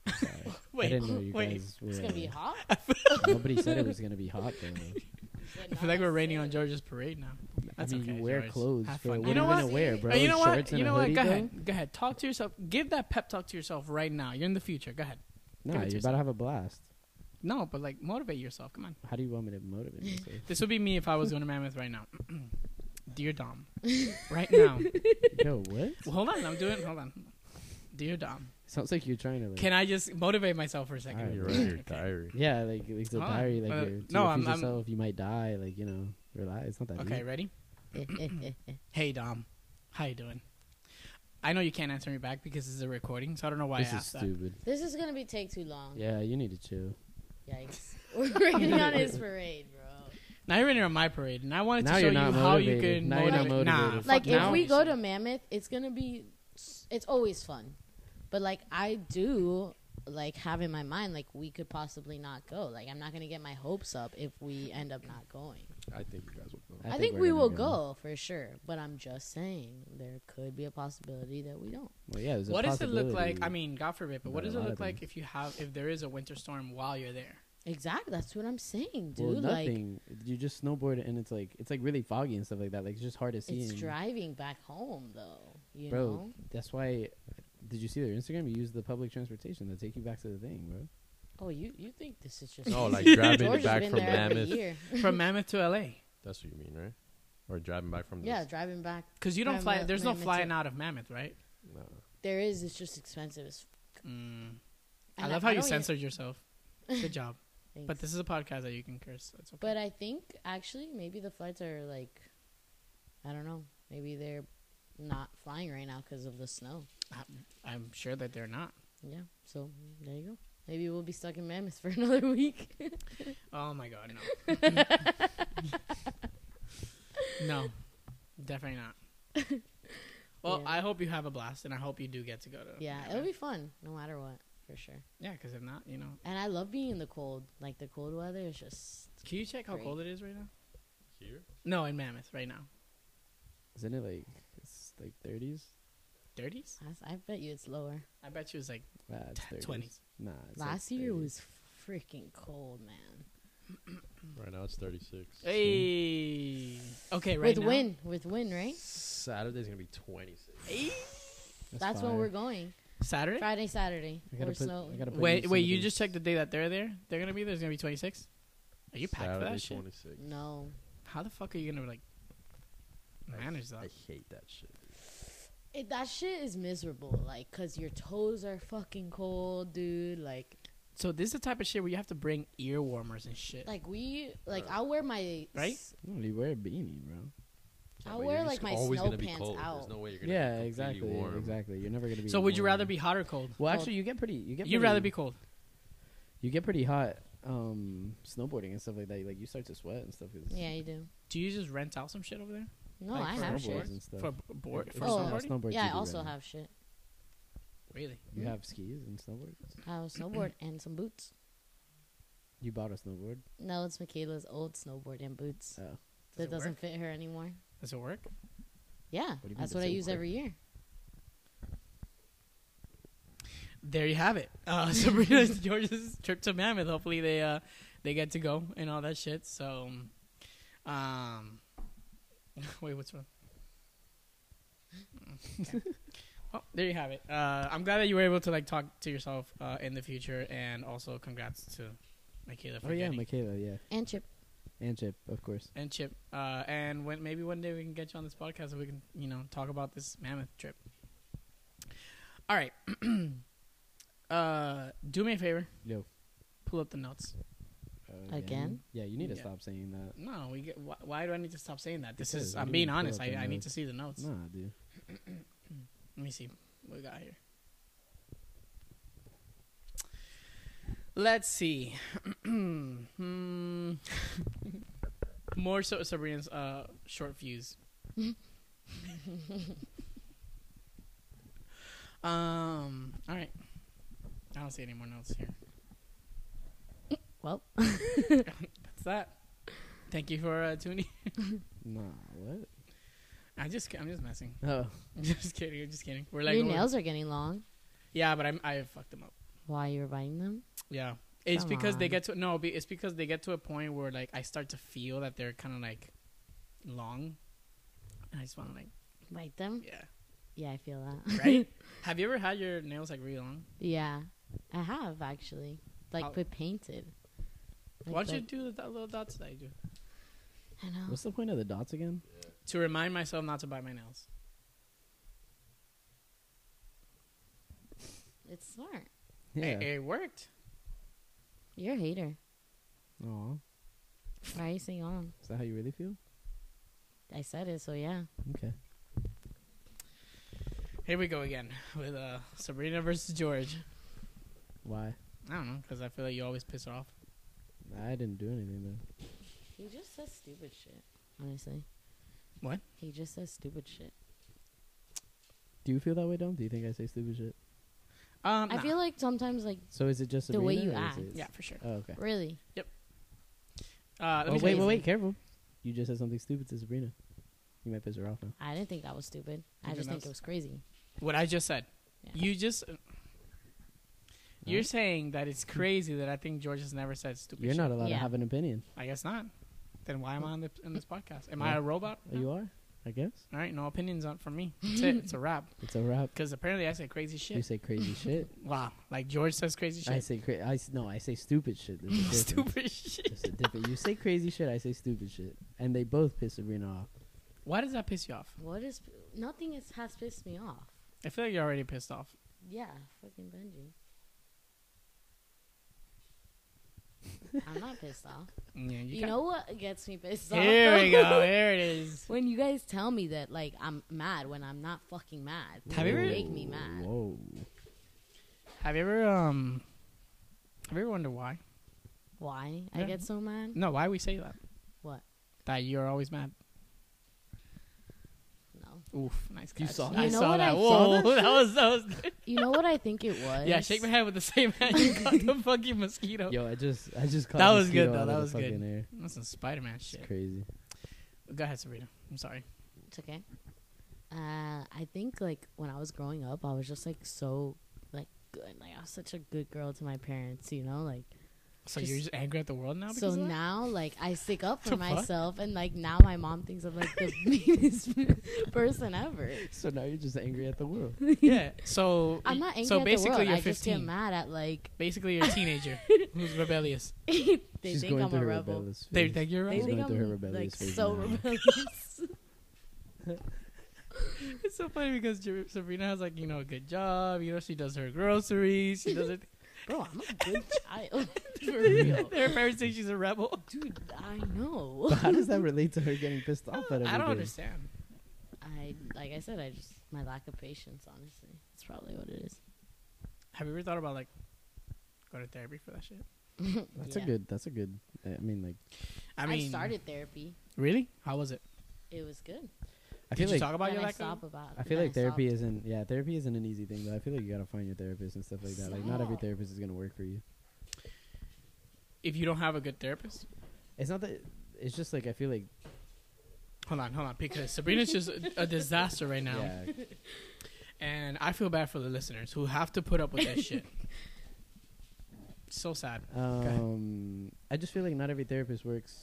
I'm Sorry. I
Wait,
didn't know you
wait.
guys
It's
were.
gonna be hot.
Nobody said it was gonna be hot. Though.
I feel like we're raining on George's parade now. That's
I mean,
okay,
you wear
George.
clothes.
Have
For,
fun.
what
You know
are you gonna
what?
wear, bro?
But you know
Shorts
what?
and
You
a
know what?
hoodie,
Go
bro?
ahead. Go ahead. Talk to yourself. Give that pep talk to yourself right now. You're in the future. Go ahead.
Nah,
Give it to
you're about
yourself.
to have a blast.
No, but like motivate yourself. Come on.
How do you want me to motivate myself?
This would be me if I was going to Mammoth right now. Dear Dom, right now.
Yo, what?
Well, hold on, I'm doing. Hold on. Dear Dom,
Sounds like you're trying to. Like,
can I just motivate myself for a
All
second?
right.
You're right. Your
Okay.
diary.
Yeah, like it's a
Huh?
diary. Like
Uh,
you're, to
no,
no,
I'm- I'm-
yourself, you might die. Like you know, relax. It's not that
Okay,
deep.
ready?
on.
Hey Dom, how you doing? I know you can't answer me back because this is a recording, so I don't know why
This
I
is
asked that.
stupid.
this is gonna be take too long.
Yeah, you need to chill.
Yikes. We're raining on his parade, bro.
Now you're in on my parade, and I wanted
Now
to show
you're
you
not
how you
motivated.
can
Now you're not
motivate- Nah,
motivated.
fuck
like
now.
if we go to Mammoth, it's gonna be, it's always fun, but like I do like have in my mind like we could possibly not go. Like I'm not gonna get my hopes up if we end up not going.
I think you guys will go.
I
I,
think
think,
we're
we
gonna
will
go.
go for sure, but I'm just saying there could be a possibility that we don't.
Well, yeah. There's a
what does it look like?
possibility.
I mean, God forbid, but what
Not a
does it
lot
look
of
like
them.
if you have if there is a winter storm while you're there?
Exactly, that's what I'm saying,
well,
dude. like
nothing. you just snowboard and it's like it's like really foggy and stuff like that. Like it's just hard to see.
it's
and-
driving back home though, you
bro.
know.
That's why. Did you see their Instagram? You use the public transportation to take you back to the thing, bro.
Oh, you you think this is just easy.
No, Oh, like driving
George has
back
been
from
there every
Mammoth.
year.
From Mammoth to LA,
That's what you mean, right? Or driving back from
Yeah,
this-
driving back.
because you don't fly.
Mammoth-
There's no
Mammoth to-
flying out of Mammoth, right?
No.
There is. It's just expensive. As
Mm. I
And
love how you
don't even-
censored yourself. Good job.
Thanks.
But this is a podcast that you can curse. That's okay.
But I think actually maybe the flights are like, I don't know. Maybe they're not flying right now because of the snow.
I'm sure that they're not.
Yeah. So there you go. Maybe we'll be stuck in Mammoth for another week.
Oh my god, no. no. Definitely not. Well,
Yeah.
I hope you have a blast and I hope you do get to go to
yeah, it'll be fun no matter what for sure.
Yeah, because if not, you know.
And I love being in the cold. Like the cold weather is just
Can you check how
Great.
cold it is right now?
Here?
No, in Mammoth right now.
Isn't it like it's like 30s?
30s?
I, I bet you it's lower.
I bet you was like
Nah, it's 30s.
20s.
Nah. It's like
Last year
30s.
was freaking cold, man.
Mm. Right now it's 36.
Hey. Okay, right
with
now.
wind, with wind, right?
Saturday's gonna be 26.
That's, when
fire.
we're going.
Saturday?
Friday, Saturday.
I
We're
gotta put,
snow.
I gotta put
Wait,
some
wait,
of
you
these-
just checked the day that they're there? They're going to be there? There's going to be 26? Are you packed for
Saturday
that shit?
26.
No,
How the fuck are you going to like manage that?
I hate that shit.
It, that shit is miserable, like, cause your toes are fucking cold, dude. Like,
So this is the type of shit where you have to bring ear warmers and shit.
like we, like, I'll wear my
Right?
No, you wear a beanie, bro.
I'll
but you're
wear, like,
just
my
always
snow
gonna be
pants
cold. There's
out.
no way you're gonna be
Yeah,
completely
exactly,
warm.
exactly. You're never gonna be.
so would you
warm.
rather be hot or cold?
Well,
Well,
actually, you get pretty. You get.
You'd
pretty-
rather be cold.
You get pretty hot. Um, snowboarding and stuff like that. Like you start to sweat and stuff. 'cause-
yeah, you do.
Do you just rent out some shit over there
No,
like,
I
for
have
snowboards
shit.
and stuff.
for b- board
If
for
it's
Oh,
not
snowboarding?
snowboards,
Yeah,
you
I
do
also
that.
have shit.
Really?
You have skis and snowboards.
I have snowboard and some boots.
You bought a snowboard?
No, it's Michaela's old snowboard and boots
Oh.
Does
that
it
doesn't
work?
fit her anymore.
Does it work?
do you
Yeah,
mean
that's
does
what I
it
use
work?
every year.
There you have it. Uh, Sabrina and George's trip to Mammoth. Hopefully they uh, they get to go and all that shit. So, um, wait, what's wrong? Okay. well, Oh, there you have it. Uh, I'm glad that you were able to like talk to yourself uh, in the future, and also congrats to Michaela for
Oh yeah,
getting
Michaela. Yeah,
And Chip,
and Chip, of course.
and Chip. Uh, and when maybe one day we can get you on this podcast and we can, you know, talk about this mammoth trip. All right. uh, do me a favor.
Yo.
Pull up the notes.
Uh,
Again?
Yeah, you need to
Yeah.
stop saying that.
No, we get. Why, why do I need to stop saying that? This
Because
is.
you
I'm
need
being
to pull
honest.
up
I,
the
I need
notes.
to see the notes.
Nah, dude.
Let me see what we got here. Let's see. Hmm. More so Sabrina's uh, short fuse. um. All right. I don't see any more notes here.
well,
That's that. Thank you for uh, tuning.
Nah, what?
I just ki- I'm just messing.
Oh,
I'm just kidding. I'm just kidding. We're like
your
we're-
nails are getting long.
Yeah, but I'm I fucked them up.
Why you're biting them?
Yeah. It's
Come
because they
on.
get to no. be- It's because they get to a point where like I start to feel that they're kind of like long, and I just want to like
Bite them?
yeah,
Yeah, I feel that.
right. Have you ever had your nails like really long?
yeah, I have actually, like
How-
with painted. Like,
Why don't you
like-
do the do- little dots that I do
I know.
what's the point of the dots again?
to remind myself not to bite my nails?
It's smart.
It,
Yeah.
it worked.
You're a hater.
Aw,
Why are you saying on?
is that how you really feel?
I said it, so yeah.
Okay.
Here we go again with uh Sabrina versus George.
Why?
I don't know because I feel like you always piss her off.
I didn't do anything though.
He just says stupid shit. Honestly.
What?
He just says stupid shit.
Do you feel that way, Dom? Do you think I say stupid shit?
Um,
I feel like sometimes, like,
So is it just
The way
Sabrina,
you
or is
act.
it-
yeah for sure.
Oh, okay.
really.
Uh, let
Oh,
me tell
wait,
you
wait,
you-
wait! Careful. You just said something stupid to Sabrina. You might piss her off now.
I didn't think that was stupid. I
You
just
didn't
think it was crazy.
what I just said.
Yeah.
You just uh, you're saying that it's crazy that I think George has never said stupid.
You're
shit.
not allowed
Yeah.
to have an opinion.
I guess not. Then why am I on the, in this podcast? Am I
Yeah.
a robot?
Oh, You are, I guess.
All right, no opinions on from me. That's it. It's a wrap.
It's a wrap.
Because apparently I say crazy
You
shit.
say crazy shit.
Wow, like George says crazy
I
shit.
say cra- I s- no. I say stupid shit. There's a difference.
Stupid shit.
There's a difference. You say crazy shit. I say stupid shit, and they both piss Sabrina off.
Why does that piss you off?
What is. Nothing is, has pissed me off.
I feel like you're already pissed off.
Yeah, fucking Benji. I'm not pissed off.
Mm, Yeah,
You,
can't-
know what gets me pissed off?
Here we
though?
go. Here it is.
when you guys tell me that, like, I'm mad when I'm not fucking mad.
Have you
You
ever-
make me mad.
Whoa.
Have you ever um? Have you ever wondered why?
Why I
Yeah.
get so mad?
No, why we say that?
What?
That you're always mad.
No.
Oof, nice catch.
saw
I
You know
saw
what
that.
I
Whoa,
saw
that, was that was.
You know what I think it was?
Yeah, shake my head with the same hand you caught the fucking mosquito.
Yo, I just I just caught
That
a
was good,
mosquito
though.
out of
That
the
was good.
fucking air.
That's some Spider-Man shit.
It's crazy.
Go ahead, Sabrina. I'm sorry.
It's okay. Uh, I think like when I was growing up, I was just like so like good. Like I was such a good girl to my parents, you know. Like
So
Just-
you're just angry at the world now?
so
Because of that?
now, like I stick up for
The fuck?
myself, and like now my mom thinks I'm like the meanest person ever.
So now you're just angry at the world.
yeah. So
I'm not angry
So
at
basically,
the world.
you're
I just get
15.
mad at like
Basically, you're a teenager who's rebellious.
they
She's
think
going
I'm
through
a
her
rebel.
rebellious
They
phase.
think you're
They
She's
right.
think
going through her
I'm
rebellious
like
phase
so
now.
rebellious.
It's so funny because Jer- Sabrina has like you know a good job. You know she does her groceries. She does it.
Bro, I'm a good child for real,
Her parents think she's a rebel.
dude. I know.
But how does that relate to her getting pissed off at everybody?
I don't understand.
I like I said, I just my lack of patience. Honestly, that's probably what it is.
Have you ever thought about like go to therapy for that shit?
That's
Yeah.
a good. That's a good. uh, I mean, like
I mean,
started therapy.
Really? How was it?
It was good.
I
Did
feel
you
like
talk about
Then
your
I
lack of?
stop about.
I feel
then
like therapy
stopped.
isn't yeah, therapy isn't an easy thing, but I feel like you gotta find your therapist and stuff like that. Like not every
Stop.
therapist is gonna work for you.
if you don't have a good therapist.
It's not that. It's just like I feel like
Hold on, hold on, because Sabrina's just a, a disaster right now,
yeah,
and I feel bad for the listeners who have to put up with that shit. So sad.
Um, I just feel like not every therapist works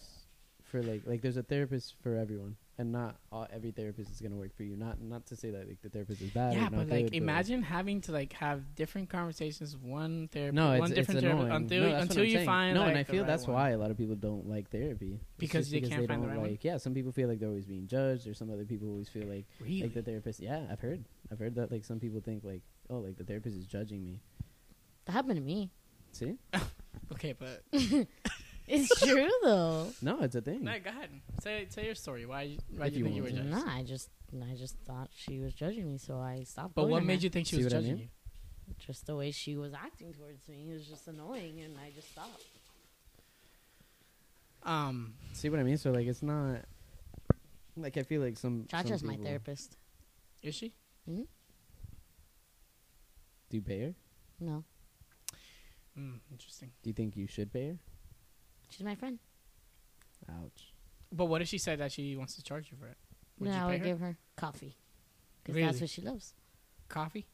for like like there's a therapist for everyone, and not all, every therapist is gonna work for you. Not not to say that like the therapist is bad.
yeah,
or not
but like,
good,
imagine having to like have different conversations, with one therapy,
no, it's,
one different
it's
therapy
annoying.
until
No, that's what
until
I'm
you
saying.
find.
no,
like,
and I
the
feel
right
that's
one.
why a lot of people don't like therapy It's
Because
just
they can't find the
don't
right one?
like. Yeah, some people feel like they're always being judged, or some other people always feel like
Really?
like the therapist. Yeah, I've heard I've heard that like some people think like oh like the therapist is judging me.
That happened to me.
See,
okay, but
Hmm.
It's true though.
no, it's a thing.
no, go ahead. Say say your story. Why why
If
do you
you
think you were
want
judged?
Nah, I just I just thought she was judging me, so I stopped.
But
going
what
on
made
her.
you think she
See
was
what I
judging
mean?
Just the way she was acting towards me it was just annoying, and I just stopped.
you? Um,
See what I mean? So like it's not like I feel like some some
Chacha's my
people-
therapist.
is she?
Do you pay her?
No,
Mm, interesting.
Do you think you should pay her?
she's my friend.
Ouch.
But what if she said that she wants to charge you for it? Would
yeah,
you
I
pay
would
her
give her coffee because
Really?
that's what she loves.
coffee?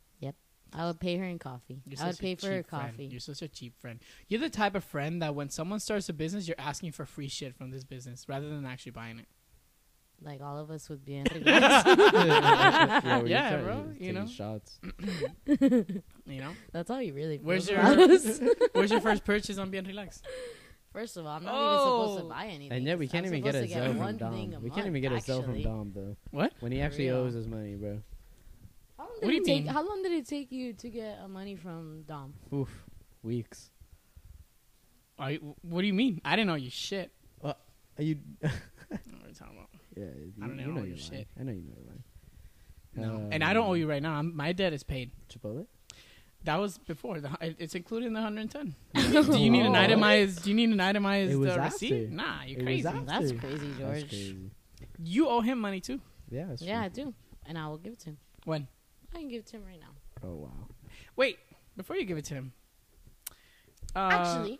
I would pay her in coffee.
You're
I would
such a
pay for her
cheap friend.
coffee.
You're such a cheap friend. You're the type of friend that when someone starts a business, you're asking for free shit from this business rather than actually buying it.
Like all of us would be. That's
yeah, we
Yeah,
tried
bro,
just
you
taking
know?
shots.
You know,
all you really.
Where's
Where's
your-
your?
where's your first purchase on being relaxed?
First of all, I'm not even supposed
Oh.
to buy anything.
And yet we
'cause
can't
I'm
even get a
supposed to
Zell from
one thing
Dom.
a
We can't
month,
even get a Zell from
actually.
Dom though.
What?
When he
For
actually
real.
owes us money, bro.
How long,
What do
did
you
it take,
mean?
how long did it take you to get uh, money from Dom?
Oof. Weeks.
Are you, what do you mean? I didn't know your shit.
Are you Yeah,
I don't know what you're talking about.
you,
I don't
you
know
know
all
you're
your
lying.
shit.
I know you know you're lying. Um,
No, and I don't owe you right now. I'm, my debt is paid.
Chipotle?
That was before. The, hu- it's included in the 110. do you need an
Oh.
itemized? Do you need an itemized
It was
uh, receipt?
after.
Nah, you're
It was
crazy.
after.
That's
Dude,
crazy, George.
That's crazy.
You owe him money too.
Yeah, that's
Yeah, I
true.
do, and I will give it to him.
When?
I can give it to him right now.
Oh wow.
Wait, before you give it to him. Uh,
Actually,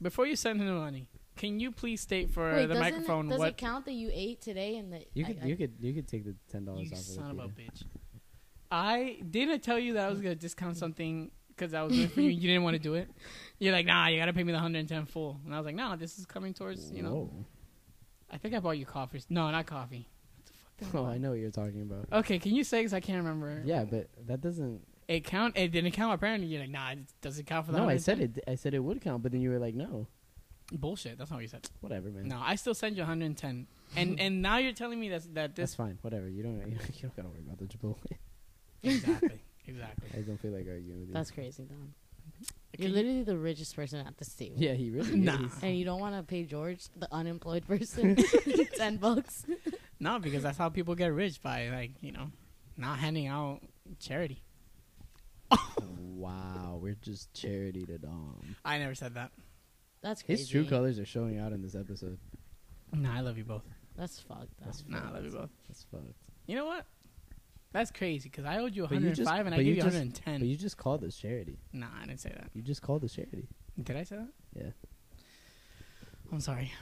before you send him the money, can you please state for
wait,
the
doesn't
microphone
it, does
what
it count that you ate today and that
You
I-
could
I-
you could you could take the ten dollars
You
off
son
of
of
it.
a
Peter.
bitch. I didn't tell you that I was gonna discount something because I was doing it for you. You didn't want to do it. You're like, nah, you gotta pay me the 110 full. And I was like, nah, this is coming towards you know.
Whoa.
I think I bought you coffee. No, not coffee.
Oh, I know what you're talking about.
Okay, can you say? Cause I can't remember.
Yeah, but that doesn't.
it count. It didn't count. Apparently, you're like, nah, it doesn't count for that.
No, I said it. I said it would count, but then you were like, no,
Bullshit. That's not what you said.
whatever, man.
No, I still send you 110. And and now you're telling me that that
that's
this
fine. Whatever. You don't. You don't gotta worry about the Chipotle.
exactly exactly.
I don't feel like arguing with you.
That's crazy, Dom.
Can
You're
you-
literally the richest person at this table.
yeah, he really
Nah.
is.
And you don't want to pay George, the unemployed person, ten bucks.
No, because that's how people get rich by like you know, not handing out charity.
Wow, we're just charity to Dom.
I never said that.
That's crazy.
His true colors are showing out in this episode.
Nah, I love you both.
That's fucked up.
That's
Nah, I love you both.
That's fucked.
You know what? That's crazy because I owed you
But you just-
105 and I
but
gave
you
you
just-
110.
But you just called this charity.
nah, I didn't say that.
You just called this charity.
Did I say that?
Yeah.
I'm sorry.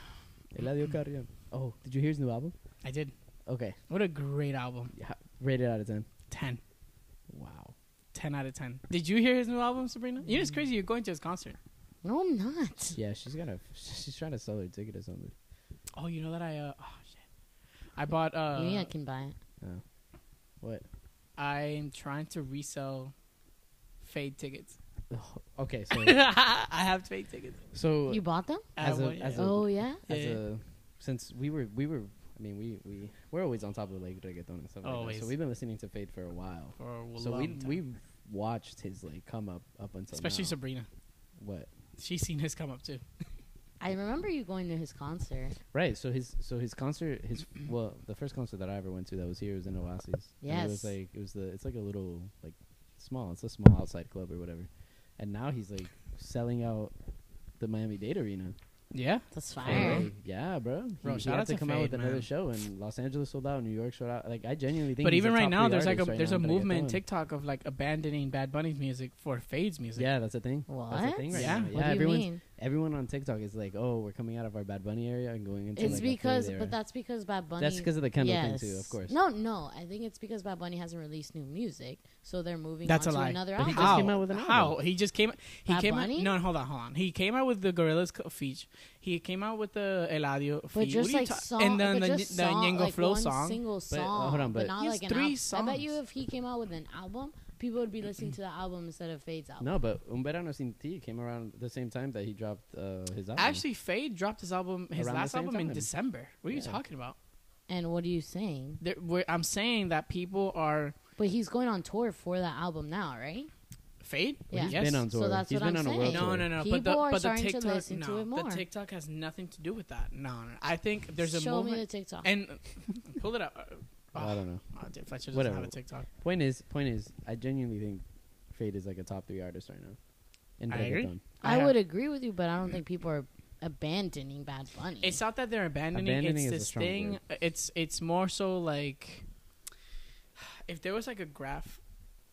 Eladio Carrion. Oh, did you hear his new album?
I did.
Okay.
What a great album.
Yeah. Rate it out of ten.
10.
Wow.
10 out of 10. Did you hear his new album, Sabrina? You know,
Mm.
it's crazy. You're going to his concert.
No, I'm not.
Yeah, she's gonna. She's trying to sell her ticket or something.
Oh, you know that I, uh, oh, shit. I bought, uh,
Maybe I can buy it.
What?
I'm trying to resell fade tickets.
Okay, so
I have fade tickets.
so
You bought them?
I
As
have
a-
one,
as
yeah.
a-
Oh yeah.
as
Yeah.
a since we were we were I mean we we we're always on top of like reggaeton and stuff. Like
Always.
that. So we've been listening to Fade for a while.
for a
so
long
we
time.
we watched his like come up up until
especially
now.
Sabrina.
what
She's seen his come up too.
I remember you going to his concert.
right. So his so his concert his well the first concert that I ever went to that was here was in Oasis. and it was
Yes.
like it was the it's like a little like small it's a small outside club or whatever, and now he's like selling out the Miami Dade Arena.
Yeah.
That's
For
fire.
real. Yeah, bro. He,
Bro,
he
shout
had
out
to
to
come out
Fade,
with another
man.
show, and Los Angeles sold out, New York sold out. Like I genuinely think.
But
he's
even
a
right
top
now,
three
there's like a
artist right
there's
now
a
in
movement in
reggaeton.
TikTok of like abandoning Bad Bunny's music for Fade's music.
Yeah, that's a thing. That's a
What?
thing right
Yeah.
now.
What
Yeah,
What do you
everyone's
mean?
everyone on TikTok is like, oh, we're coming out of our Bad Bunny area and going into.
It's
like, a
because,
Florida
but
area.
that's because Bad Bunny.
That's because of the Kendall thing too, of course.
No, no, I think it's because Bad Bunny hasn't released new music, so they're moving
That's a
on to
lie.
another
But
album.
he just came out with an
How
album.
he just came? He
Bad
came
Bunny?
out. No, hold on, hold on. He came out with the Gorillas feature. He came out with the Eladio
but
feat.
just
what are you
like
ta-
song,
and then
but
the,
just
the
song,
Ñengo
like
Flow
one
song.
single
But,
song.
uh, hold on, but-
not
He has
like an
three
al- I bet you
songs.
if he came out with an album, people would be listening to the album instead of Fade's album.
No, but Un Verano Sin Ti came around the same time that he dropped uh, his album.
Actually, Fade dropped his album, his
Around the
last
same
album in
time.
December. What are you
Yeah.
talking about?
And what are you saying?
There, we're, I'm saying that people are
But he's going on tour for that album now, right?
Fade.
Yeah.
Yes.
been on
So
tour.
that's
He's
what
been
I'm
on a world
saying.
No,
tour.
no, no.
People
but the
are
but the
starting to
TikTok,
listen to
no,
it more.
the TikTok has nothing to do with that. No, no. no. I think there's a
Show
movement.
me the TikTok.
and uh, pull it up. Oh,
I don't know.
oh, dude, Fletcher doesn't
Whatever.
have a TikTok.
Point is, point is, I genuinely think Fade is like a top three artist right now. In
I agree.
reggaeton.
I,
have-
would agree with you, but I don't think people are abandoning Bad Bunny.
It's not that they're abandoning.
Abandoning
it's
is a
this
strong
thing.
word.
It's it's more so like if there was like a graph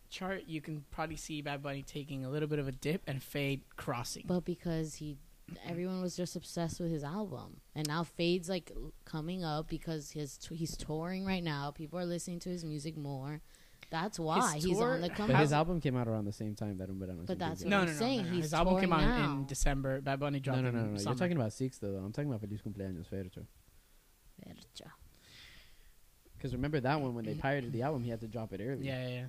chart, you can probably see Bad Bunny taking a little bit of a dip and Fade crossing.
but because he, everyone was just obsessed with his album, and now Fade's like l- coming up because his t- he's touring right now. People are listening to his music more. That's why he's
tour
on the come
But
up.
his album came out around the same time that Un Verano Sin Ti
that's
came
no,
out.
I'm
no, no,
saying
no, no.
he's
His album came out
touring
in
now.
December. Bad Bunny dropped.
no, no,
in
no, no, no. You're
summer.
talking about Six though. I'm talking about Feliz Cumpleaños Fercho.
Verga.
Because remember that one when they pirated the album, he had to drop it early.
Yeah, yeah, yeah.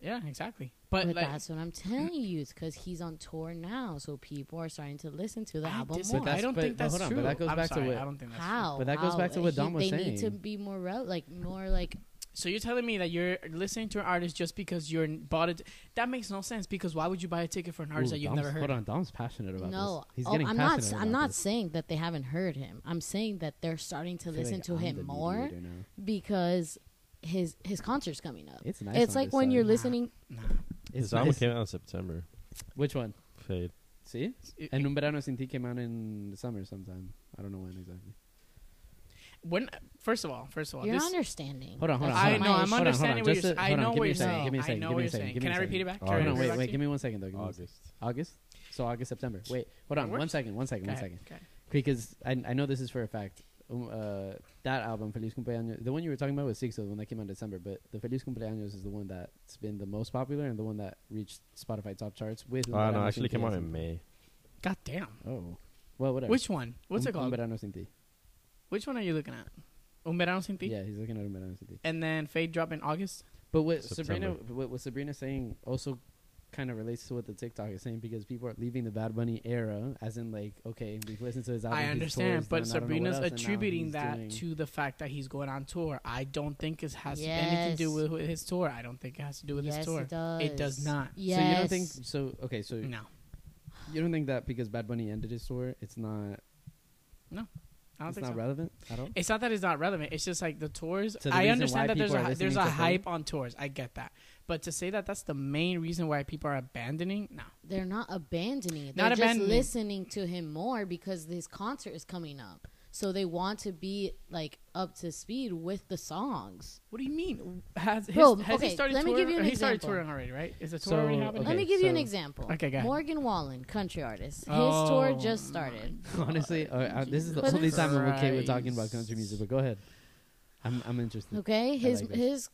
Yeah, exactly.
But
But, like,
that's what I'm telling you. It's because he's on tour now, so people are starting to listen to the
I,
album
dis-
more.
But
I don't
that's-
think
but- but
that's
hold on,
true.
but that goes
I'm
back to
sorry,
what-
I don't think that's true.
How?
But that goes
How?
back to what
He-
Dom was
They need to
saying.
be more rel- like more like
So you're telling me that you're listening to an artist just because you're bought it? That makes no sense. Because why would you buy a ticket for an artist
Ooh,
that you've
Dom's-
never heard?
Hold on, Dom's passionate about
no.
this. He's
oh,
getting
I'm not.
passionate.
I'm
about
not
this.
saying that they haven't heard him. I'm saying that they're starting to
I feel
listen
like
to
I'm
him
the
more
mediator now.
because his his concert's coming up.
It's nice
It's
on
like
this
when
side.
you're
Nah.
listening.
His
It's
album
nice.
came out in September.
Which one?
Fade.
See?
It-
And Un Verano Sin Ti came out in the summer sometime. I don't know when exactly.
When first of all, first of all,
You're
this,
not understanding.
Hold on, hold on,
That's
I
hold on.
know. I'm
Hold on, hold on,
understanding what
just
you're.
a-
I
hold on,
know
give
what
me a
you're
second,
saying.
give me a
I
second,
know
give
what
me a
you're
second,
saying.
give me
Can
a
I repeat it
second.
back?
Oh,
Can I
Hold
no,
on,
repeat it
wait,
back
wait.
to you?
Give me one second, though. Give me one second.
August.
August? So August, September. Wait, hold on.
That
One
works.
second, one second, one second.
Okay.
Because I, I know this is for a fact. Um, uh, that album, Feliz Cumpleaños, the one you were talking about was Six, the one that came out in December, but the Feliz Cumpleaños is the one that's been the most popular and the one that reached Spotify top charts with. Un
Oh, no,
Verano
actually
Sin
came
Ti
out
as
in
the-
May.
God damn.
Oh. Well, whatever.
Which one? What's
Un-
it called?
Un Verano Sin Ti.
Which one are you looking at? Un verano sin ti.
Yeah, he's looking at Un Verano Sin Ti.
And then Fade drop in August.
But what
September.
Sabrina, what, what Sabrina's saying also kind of relates to what the TikTok is saying because people are leaving the Bad Bunny era, as in like, okay, we've listened to his album.
I
his
understand,
tours
but
done, I don't know what
Sabrina's
else, and now
attributing
he's
that
doing-
to the fact that he's going on tour. I don't think it has anything to do
Yes.
with his tour. I don't think it has to do with
yes,
his tour.
it does.
It does not.
Yes.
So you don't think so? Okay, so
No,
you don't think that because Bad Bunny ended his tour, it's not
I don't
it's
think
not
so.
relevant at all.
It's not that it's not relevant. It's just like the tours.
So the
I
reason why
understand that there's
people are
a, there's
listening
a
to
hype on tours. I get that, but to say that that's the main reason why people are abandoning, no,
They're not abandoning it. They're
Not
just
abandoning.
listening to him more because this concert is coming up. So they want to be like up to speed with the songs.
What do you mean? Has, his,
Bro,
has he
okay,
started
let me
touring?
give you an
he started
example.
touring already, right? Is the tour
So,
already happening?
okay.
Let me give you an
so-
example.
Okay, go ahead.
Morgan Wallen, country artist. His
Oh,
tour just started.
Honestly, uh, uh, this is the
But
only
it's-
time I'm okay
Christ.
with talking about country music. But go ahead, I'm I'm interested.
Okay, his
like this.
his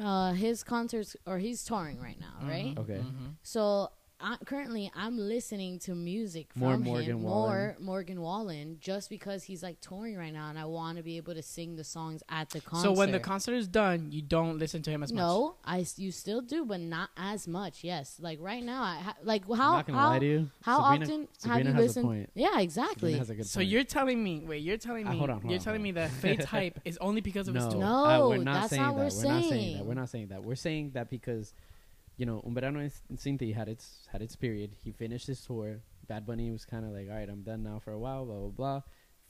uh, his concerts or he's touring right now,
Uh-huh.
right?
Okay,
Mm-hmm.
So I, currently, I'm listening to music from
More
him,
Morgan
more Morgan Wallen, just because he's like touring right now, and I want to be able to sing the songs at the concert.
So when the concert is done, you don't listen to him as much.
no, I s- you still do, but not as much. Yes, like right now, I ha- like how
not gonna
how
lie to you.
how
Sabrina-
often
Sabrina
have
has
you
a
listened?
point.
Yeah,
Sabrina
exactly.
has a good
So
point.
you're telling me? Wait, you're telling
Ah,
me?
hold on, hold
you're
on,
telling
hold
me that Fate's hype is only because of
no,
his tour.
uh, we're
No,
not
that's
saying
not
that. we're
what we're
not saying
saying.
that. We're not saying that. We're saying that because, you know, Un Verano en Cinti had its had its period. He finished his tour. Bad Bunny was kind of like, all right, I'm done now for a while. Blah blah blah.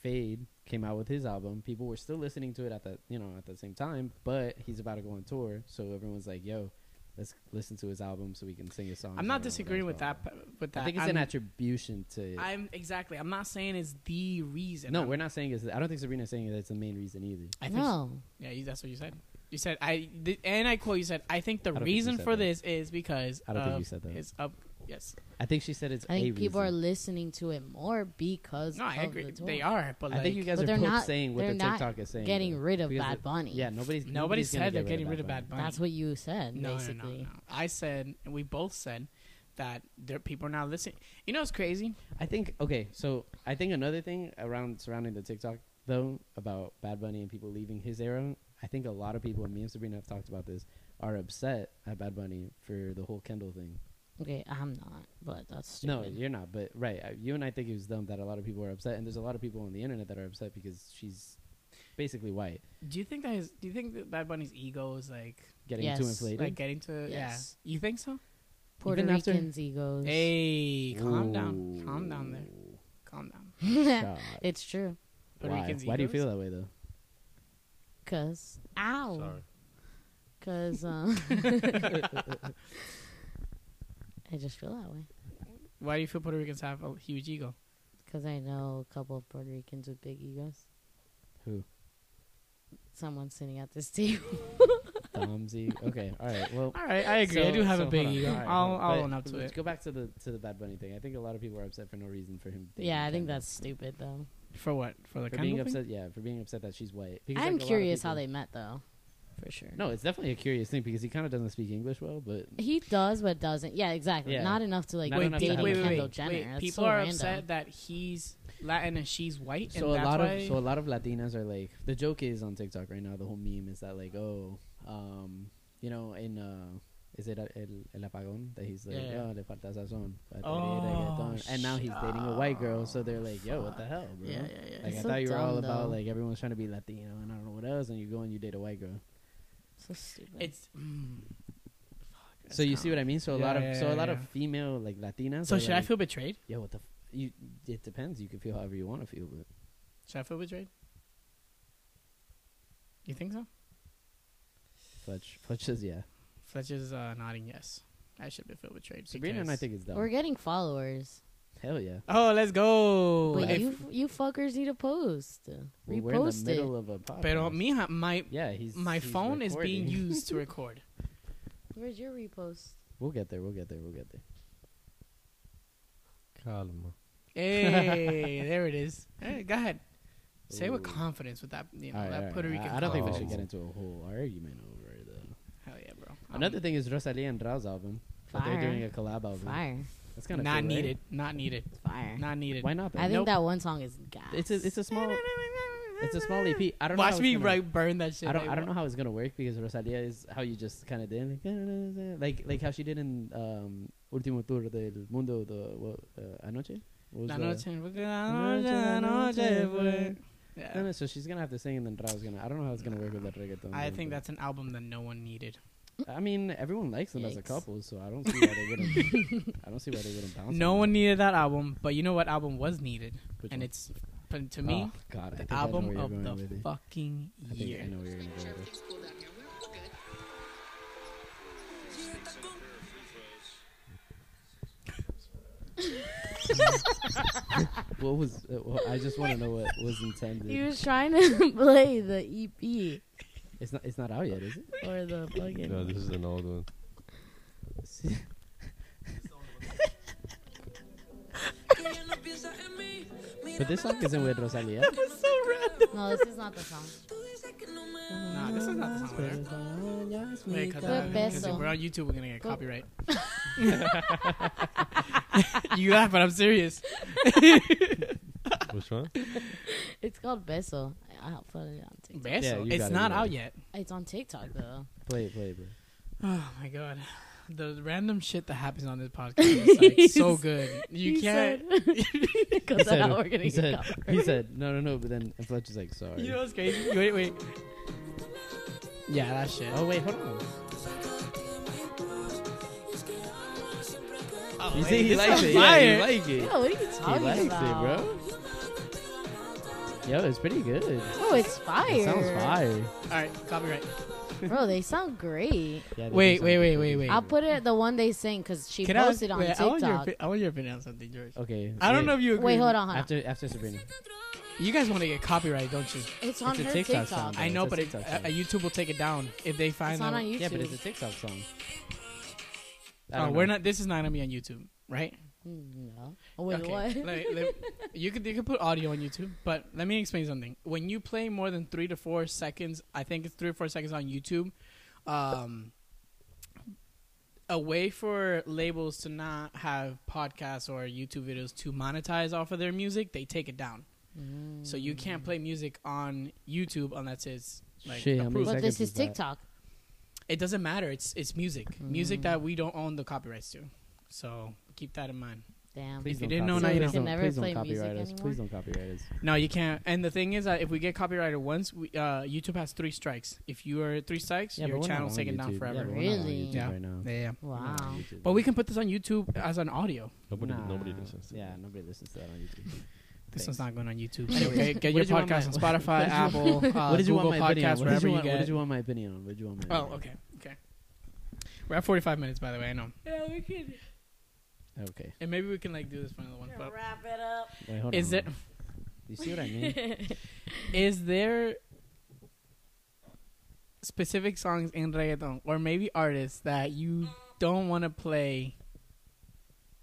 Fade came out with his album. People were still listening to it at the you know at the same time, but he's about to go on tour, so everyone's like, yo, let's listen to his album so we can sing his song.
I'm not disagreeing with that. With that,
I think it's
I'm,
an attribution to.
I'm exactly. I'm not saying it's the reason.
no,
I'm-
we're not saying it's. I don't think Sabrina's saying that's the main reason either.
I think
no,
Yeah, you, that's what you said. You said I, th- and I quote. You said I think the
don't think you
reason
said
for
that.
this is because
I don't think
of
you said that.
his up Yes.
I think she said it's.
I think
a
people are
reason.
listening to it more because
No, I
of
agree.
the tour.
they are, but like,
I think you guys
But
are
they're
both
not-
saying what
they're
the
not
TikTok is saying.
getting
though.
rid of
Because
Bad
it-
Bunny.
Yeah, nobody's
nobody
nobody's gonna
said they're
get
getting rid of Bad Bunny.
That's what you said,
no, no, no,
basically.
no. I said, and we both said that there people are now listening. You know, it's crazy.
I think okay, so I think another thing around surrounding the TikTok though about Bad Bunny and people leaving his era, I think a lot of people, and me and Sabrina have talked about this, are upset at Bad Bunny for the whole Kendall thing.
Okay, I'm not, but that's
No,
stupid.
you're not, but right, I- you and I think it was dumb that a lot of people are upset, and there's a lot of people on the internet that are upset because she's basically white,
Do you think that his, do you think that Bad Bunny's ego is like
getting too
Yes,
inflated.
like getting to
Yes.
yeah? You think so?
Puerto
Even after-
Ricans egos.
Hey, calm down, calm down there, calm down.
Shot.
it's true.
Puerto
Why?
Ricans'
Why do you
egos?
feel that way though?
Cause ow.
Sorry.
Cause um, I just feel that way.
Why do you feel Puerto Ricans have a huge ego?
Cause I know a couple of Puerto Ricans with big egos.
Who?
Someone sitting at this table.
Domzy. Okay. All right. Well,
All right, I agree. I
So-
do have
so
a big
hold on,
ego.
all right,
I'll
hold on.
I'll
But
own up to
let's
it.
Go back to the to the Bad Bunny thing. I think a lot of people are upset for no reason for him. dating
yeah, I think
Kendall.
that's stupid though.
For what? For the
for being
Kendall thing?
upset. Yeah, for being upset that she's white. Because,
I'm
like, a lot of
curious how
people-
they met though, for sure.
No, it's definitely a curious thing because he kind of doesn't speak English well, but
He does, but doesn't. Yeah, exactly.
Yeah.
Not enough to like
Not
be
enough to
dating
have a-
Kendall
wait,
Jenner. That's
people
so
are
random.
upset that he's Latin and she's white, and
so a
that's
lot
why.
of so a lot of Latinas are like the joke is on TikTok right now. The whole meme is that like oh, um, you know, in uh, is it uh, el, el apagón that he's like
Yeah, yeah.
oh le falta sazón, falta
Oh,
reggaeton," and now he's dating a white girl, so they're like yo, what the hell, bro?
yeah, yeah, yeah.
Like
It's
I
so
thought you were all
dumb,
about
though.
like everyone's trying to be Latino and I don't know what else, and you go and you date a white girl.
So stupid.
it's. Mm, fuck, that's
so you
dumb.
see what I mean? So a
Yeah,
lot of
yeah,
so a
yeah,
lot
yeah.
of female like Latinas.
So
are
should I
like,
feel betrayed?
Yo, what the? F-? You it depends. You can feel however you want to feel, but
Should I feel betrayed? You think so?
Fletch Fletch says yeah.
Fletcher's uh, nodding yes. I should be feel betrayed.
Sabrina and I
because-
think it's dumb.
We're getting followers.
Hell yeah.
Oh, let's go.
But
If-
you you fuckers need to post.
Well, we're in the
Repost
middle
it.
of a podcast.
Pero mija, my
yeah, he's
my
he's
phone is being
recording.
used to record.
Where's your repost?
We'll get there. We'll get there. We'll get there.
Calma.
hey, there it is. Hey, go ahead. Say with
Ooh.
confidence with that, you know,
All right, all
that
right.
Puerto
I-
Rican.
I, don't think we should
confidence.
get into a whole argument over it though.
Hell yeah, bro.
Another thing is Rosalia and Ra's album. But they're
Fire.
doing a collab album.
Fire.
That's kind
Not
of cool, right?
needed. Not needed.
Fire.
Not needed.
Why not? Though?
I think
Nope.
that one song is gas.
it's a it's a small it's a small E EP. I don't know
Watch
how
me
it's gonna-
right burn that shit.
I don't.
like,
I don't know how it's gonna work because Rosalia is how you just kind of did, like, "Na, na, na, na," like like how she did in um, Último Tour del Mundo, the what, uh, anoche. What was
La
the-
noche, la noche, la noche fue-
No,
Yeah.
no, so she's gonna have to sing, and then Ra's gonna. I don't know how it's gonna work with that reggaeton.
I
though,
think
but-
that's an album that no one needed.
I mean, everyone likes them as a
Yikes.
couple, so I don't see why they wouldn't. I don't see why they wouldn't bounce.
No
on
one
it.
needed that album, but you know what album was needed?
Which
And
one?
it's, but to me,
Oh, God, I think
the
I know where
album
you're
of
going
the
with it.
fucking
I think I
year.
know where you're gonna go with it. What was? Uh, well, I just want to know what was intended.
He was trying to play the E EP
It's not. It's not out yet, is it?
or the fucking.
No, this is an old one.
but this song isn't with Rosalia.
That's so random.
No, this is not the song.
Nah, this is not the song. right? Wait, cause,
Fue
uh, 'cause if
beso.
we're on YouTube, we're gonna get
Fue-
copyright. you laugh, but I'm serious.
Which one?
It's called Beso. I- I'll put it on TikTok.
Beso.
Yeah, you got
it's
it, you
not
got
out
it.
yet.
It's on TikTok though.
Play it, play it, bro.
Oh my god, the random shit that happens on this podcast is like so good. You
He
can't.
Because now we're gonna
he,
get
said,
caught.
he said, no, no, no. But then Fletch is like, sorry.
You know what's crazy? Wait, wait. Yeah, that shit.
oh wait, hold on.
Oh,
You
hey,
see, he
this
likes
is
it. Yeah,
fire.
he likes it.
Yo, what are you
He
talking
likes it,
about?
bro. Yo, it's pretty good.
Oh, it's fire.
It sounds fire.
All right, copyright.
bro. They sound great.
Yeah, they do
Wait,
sound
wait, wait,
good.
wait, wait.
I'll put it the one they sing because she
Can I-
posted on
wait, I want, your,
TikTok.
opi- I want your opinion on something, George.
Okay.
I don't
wait.
know if you agree.
Wait,
with-
hold on, hold on.
After, after Sabrina.
You guys want to get copyright, don't you?
It's on
It's a
her
TikTok
TikTok.
song.
I
it's
know,
a
but it,
TikTok
uh,
thing.
YouTube will take it down if they find
It's not
out.
on YouTube.
Yeah, but it's a TikTok song. I
Oh,
don't
we're
know.
not. This is not gonna be on YouTube. right?
No. Oh, wait, what?
let- let- you could you could put audio on YouTube, but let me explain something. When you play more than three to four seconds, I think it's three or four seconds on YouTube. Um, a way for labels to not have podcasts or YouTube videos to monetize off of their music, they take it down. So you
Mm.
can't play music on YouTube unless it's like
Shit, how many
approved.
sec-
but
seconds
this is
is that?
TikTok.
It doesn't matter. It's it's music,
Mm.
music that we don't own the copyrights to. So keep that in mind.
Damn.
Please
you
don't
didn't know,
copyright
now you know.
us. Please
Can
don't-
never
Please don't
play music
copyright us.
anymore?
Please don't copyright us.
No, you can't. And the thing is that if we get copyrighted once, we, uh, YouTube has three strikes. If you are three strikes,
Yeah,
your
but we're not
channel's
on
taken down
YouTube.
forever.
Yeah,
Yeah,
but we're not on
Really?
YouTube
Yeah.
right now.
yeah.
Wow.
But we can put this on YouTube as an audio.
Nobody, nobody listens. To
Yeah,
that.
nobody listens to that on YouTube.
This
Thanks.
one's not going on YouTube.
Anyways,
Anyway, get
what
your
did you want
podcast on
my-
Spotify, Apple, uh,
what did you
Google
want my opinion
Podcasts,
on? What did,
wherever
you
you,
want, what did
get.
you want my opinion on? What did you want my
Oh,
opinion
okay, okay. We're at forty-five minutes, by the way. I know,
Yeah, we could
on? Okay.
and maybe we can like do this for another one. But
wrap it up.
Wait, hold
is
on.
there
You see what I mean?
is there specific songs in reggaeton or maybe artists that you don't want to play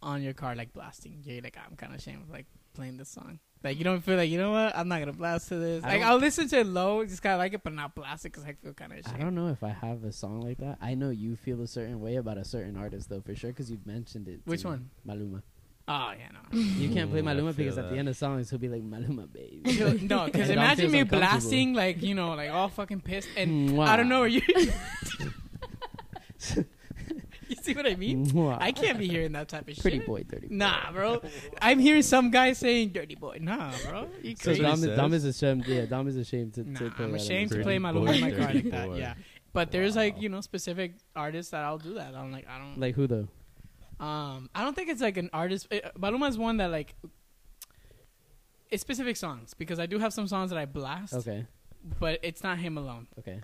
on your car like blasting you're like i'm kind of ashamed of like playing this song like you don't feel like you know what i'm not gonna blast to this
I
like
don't-
i'll listen to it low just kind of like it but not blast it because i feel kind of
I
ashamed
don't know if I have a song like that. I know you feel a certain way about a certain artist though, for sure, because you've mentioned it. to
Which
me.
one?
Maluma.
oh yeah no
You can't play
Mm, I
Maluma
feel
because at
that.
the end of songs he'll be like Maluma, baby.
Feel- no because
It
imagine
feels
me
uncomfortable.
blasting like you know like all fucking pissed and
Mwah.
i don't know you you see what i mean
Mwah.
i can't be hearing that type of shit
Pretty boy, dirty. Boy.
Nah, bro. I'm hearing some guy saying "dirty boy." Nah, bro. You
So
crazy?
what he
Dom,
says?
Dom is ashamed. Yeah, Dom is ashamed to, to
nah,
play
I'm
that on
ashamed
his
to
own.
play
Dirty
my
boy,
Lord in my car
dirty
like that.
boy.
Yeah, but there's like
Wow.
you know specific artists that I'll do that. I'm like I don't.
Like who though?
um, I don't think it's like an artist. eh, Baluma's one that like. It's specific songs because I do have some songs that I blast,
Okay,
but it's not him alone.
okay.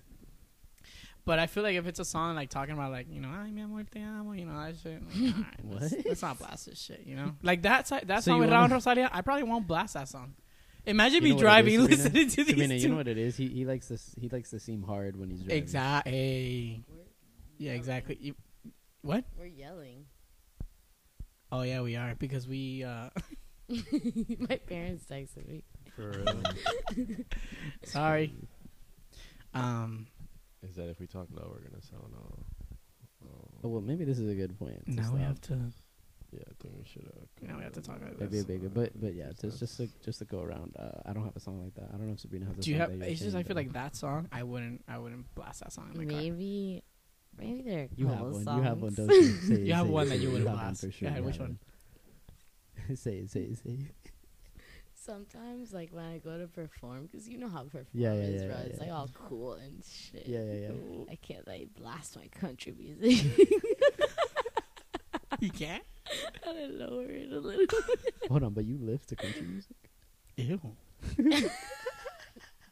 But I feel like if it's a song like talking about like you know ay mi amor te amo you know that shit, like, all right,
What?
Let's, let's not blast this shit, you know. Like that si- that
So
song
you
with
wanna-
Raúl Rosalia, I probably won't blast that song. Imagine
You know
me
what it
driving
is, Serena?
listening to these
Sabina,
two.
you know what it is? He he likes this. He likes to seem hard when he's driving.
exactly. Yeah, exactly. You, what?
We're yelling.
Oh yeah, we are because we. uh
My parents texted me.
For real.
Sorry. Um.
Is that if we talk low, we're gonna sound all?
Oh,
all-
well, maybe this is a good point. to
Now we
stop.
have to.
yeah, I think we should. Uh,
Now
come
we have to
down
talk
on
about
that
Maybe a
song.
bigger, but but yeah,
That's-
just just to, just to go around. Uh, I don't have a song like that. I don't know if Sabrina has. A
Do you
song
have?
that you're
It's just I
ashamed
feel
of.
like that song. I wouldn't. I wouldn't blast that song in my car.
Maybe, maybe they're
You have
cool
one.
songs.
You have one. Don't you? Say it,
You have
say it,
one
say
that
it.
you would
have
have
one
blast.
for sure.
Go ahead,
You
which
have
one?
one. say it. Say it. Say it.
Sometimes, like when I go to perform, because you know how perform
Yeah, yeah,
is,
yeah,
bro.
yeah,
it's
yeah.
like all cool and shit.
Yeah, yeah, yeah.
I can't like blast my country music.
You can't.
I gotta lower it a little.
Hold on, but you live to country music.
Ew.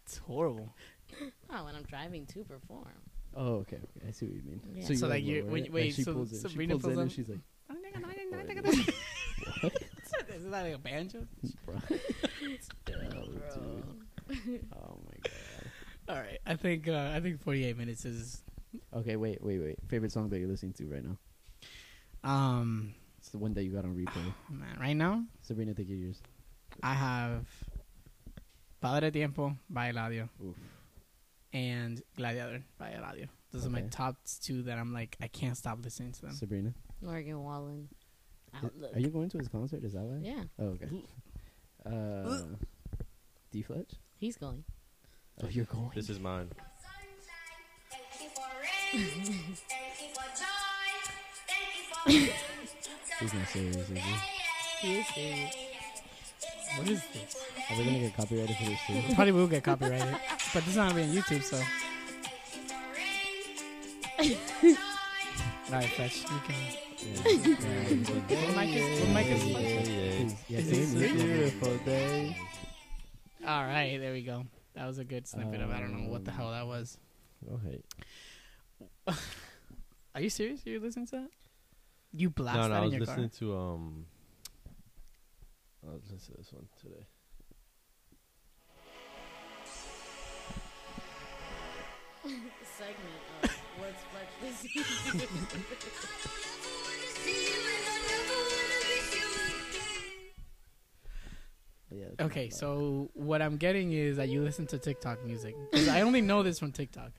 it's horrible.
Oh, when I'm driving to perform.
Oh, okay. okay. I see what you mean.
Yeah.
So,
you
like,
have
you're-
lower
when-
it, and
wait,
she
so
pulls in, she
Sabrina
pulls
pulls
in,
up-
and she's like,
Oh, Is that like a banjo?
"Bro,
Ugh,
dude.
bro.
oh my god."
All right, I think uh, I think 48 minutes is
Okay, wait, wait, wait. Favorite song that you're listening to right now?
um
It's the one that you got on replay.
man right now.
Sabrina, take your yours.
I have Padre Tiempo by Eladio
Oof.
and Gladiator by Eladio. Those are my
Okay.
top two that I'm like I can't stop listening to them.
Sabrina,
Morgan Wallen.
i-
Outlook.
are you going to his concert? Is that why?
Yeah,
Oh, okay. Uh, D Fletch.
he's going.
Oh, you're going.
This is mine.
Sunshine, thank you for rain, thank you for joy, thank you for pain.
He's not serious, is he?
He is serious.
What is this?
Are we gonna get copyrighted for this too?
Probably will get copyrighted, but this is not gonna be on YouTube. So all right, Fetch, you can. What mic is? What mic is?
Yeah,
Is
can
it
we mute
serious?
him?
day.
All right, there we go. That was a good snippet of I don't know what the hell that was.
No hate.
Are you serious? You're listening to that? You blast
No, no,
that
I
in
was
your
listening
car?
to um. I was listening to this one today.
Segment of what's Fletch this
I don't ever wanna see you and I never wanna be
it's not
Okay,
bad.
so what I'm getting is that you listen to TikTok music. 'Cause I only know this from TikTok.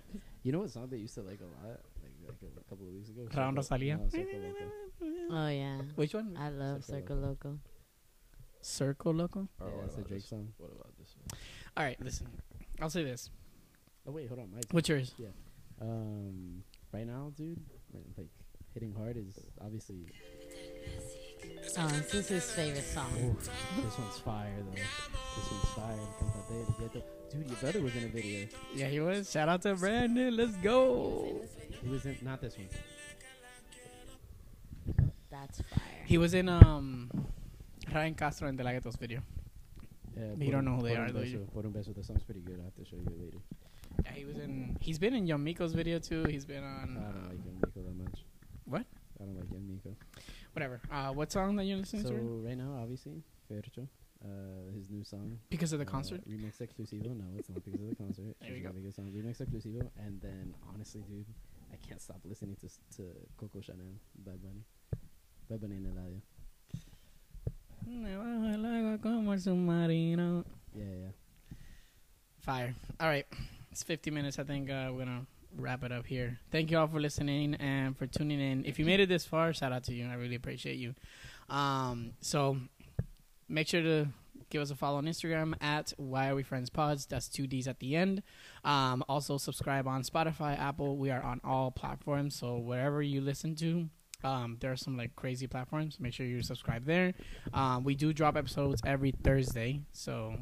You know what song they used to like a lot? Like, like a, couple of weeks ago.
Crown
Circo-
Rosalia.
no, Circo Loco.
Oh yeah,
Which one?
I love
Circo
Circo Loco.
Circle Loco.
Or
Yeah,
what
that's a
about
Drake
this
song.
What about this one?
All right, listen. I'll say this.
Oh wait, hold on, Mike.
What's yours?
Um, right now, dude, like- like hitting hard is obviously
Oh, and this is his favorite song.
Ooh, this one's fire though. This one's fire. Cantate de Ghetto. Dude, your brother was in a video.
Yeah, he was. Shout out to Brandon. Let's go.
He was in not this one.
That's fire.
He was in um, Ryan Castro and De La Ghetto's video.
Uh,
You don't know who they are,
un
do
beso,
you?
Por un beso. The song's pretty good. I will have to show you it later.
Yeah, he was in. He's been in Yomiko's video too. He's been on
I don't
uh,
like Young Miko that much.
What?
I don't like Young Miko.
whatever. Uh, what song that you're listening
So
to? right
right now, obviously, Fercho, uh, his new song
now? Because of the
uh,
concert.
remix exclusivo. No, it's not because of the concert.
There we
it's
go.
a really good song. Remix exclusivo, and then honestly, dude, I can't stop listening to s- to Coco Chanel, Bad Bunny, Bad Bunny and Eladio. Yeah, yeah.
Fire. All right. It's 50 minutes. I think uh, we're going to wrap it up here. Thank you all for listening and for tuning in. If you made it this far, shout out to you. I really appreciate you. Um, so make sure to give us a follow on Instagram at Why Are We Friends Pods. That's two D's at the end. Um, also, subscribe on Spotify, Apple. We are on all platforms. So wherever you listen to, um, there are some like crazy platforms. Make sure you subscribe there. Um, we do drop episodes every Thursday. So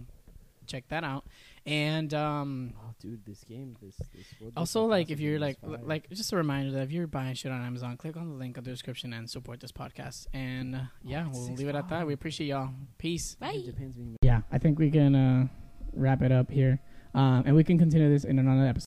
check that out. And um,
Oh, dude, this game, this this. World
also,
Cup
like,
Classic
if you're
game is
like,
fire.
like, just a reminder that if you're buying shit on Amazon, click on the link in the description and support this podcast. And uh, yeah,
it's
we'll leave it at that. We appreciate y'all. Peace.
I think
Bye.
Japan's being
Yeah, I think we can uh, wrap it up here, um, and we can continue this in another episode.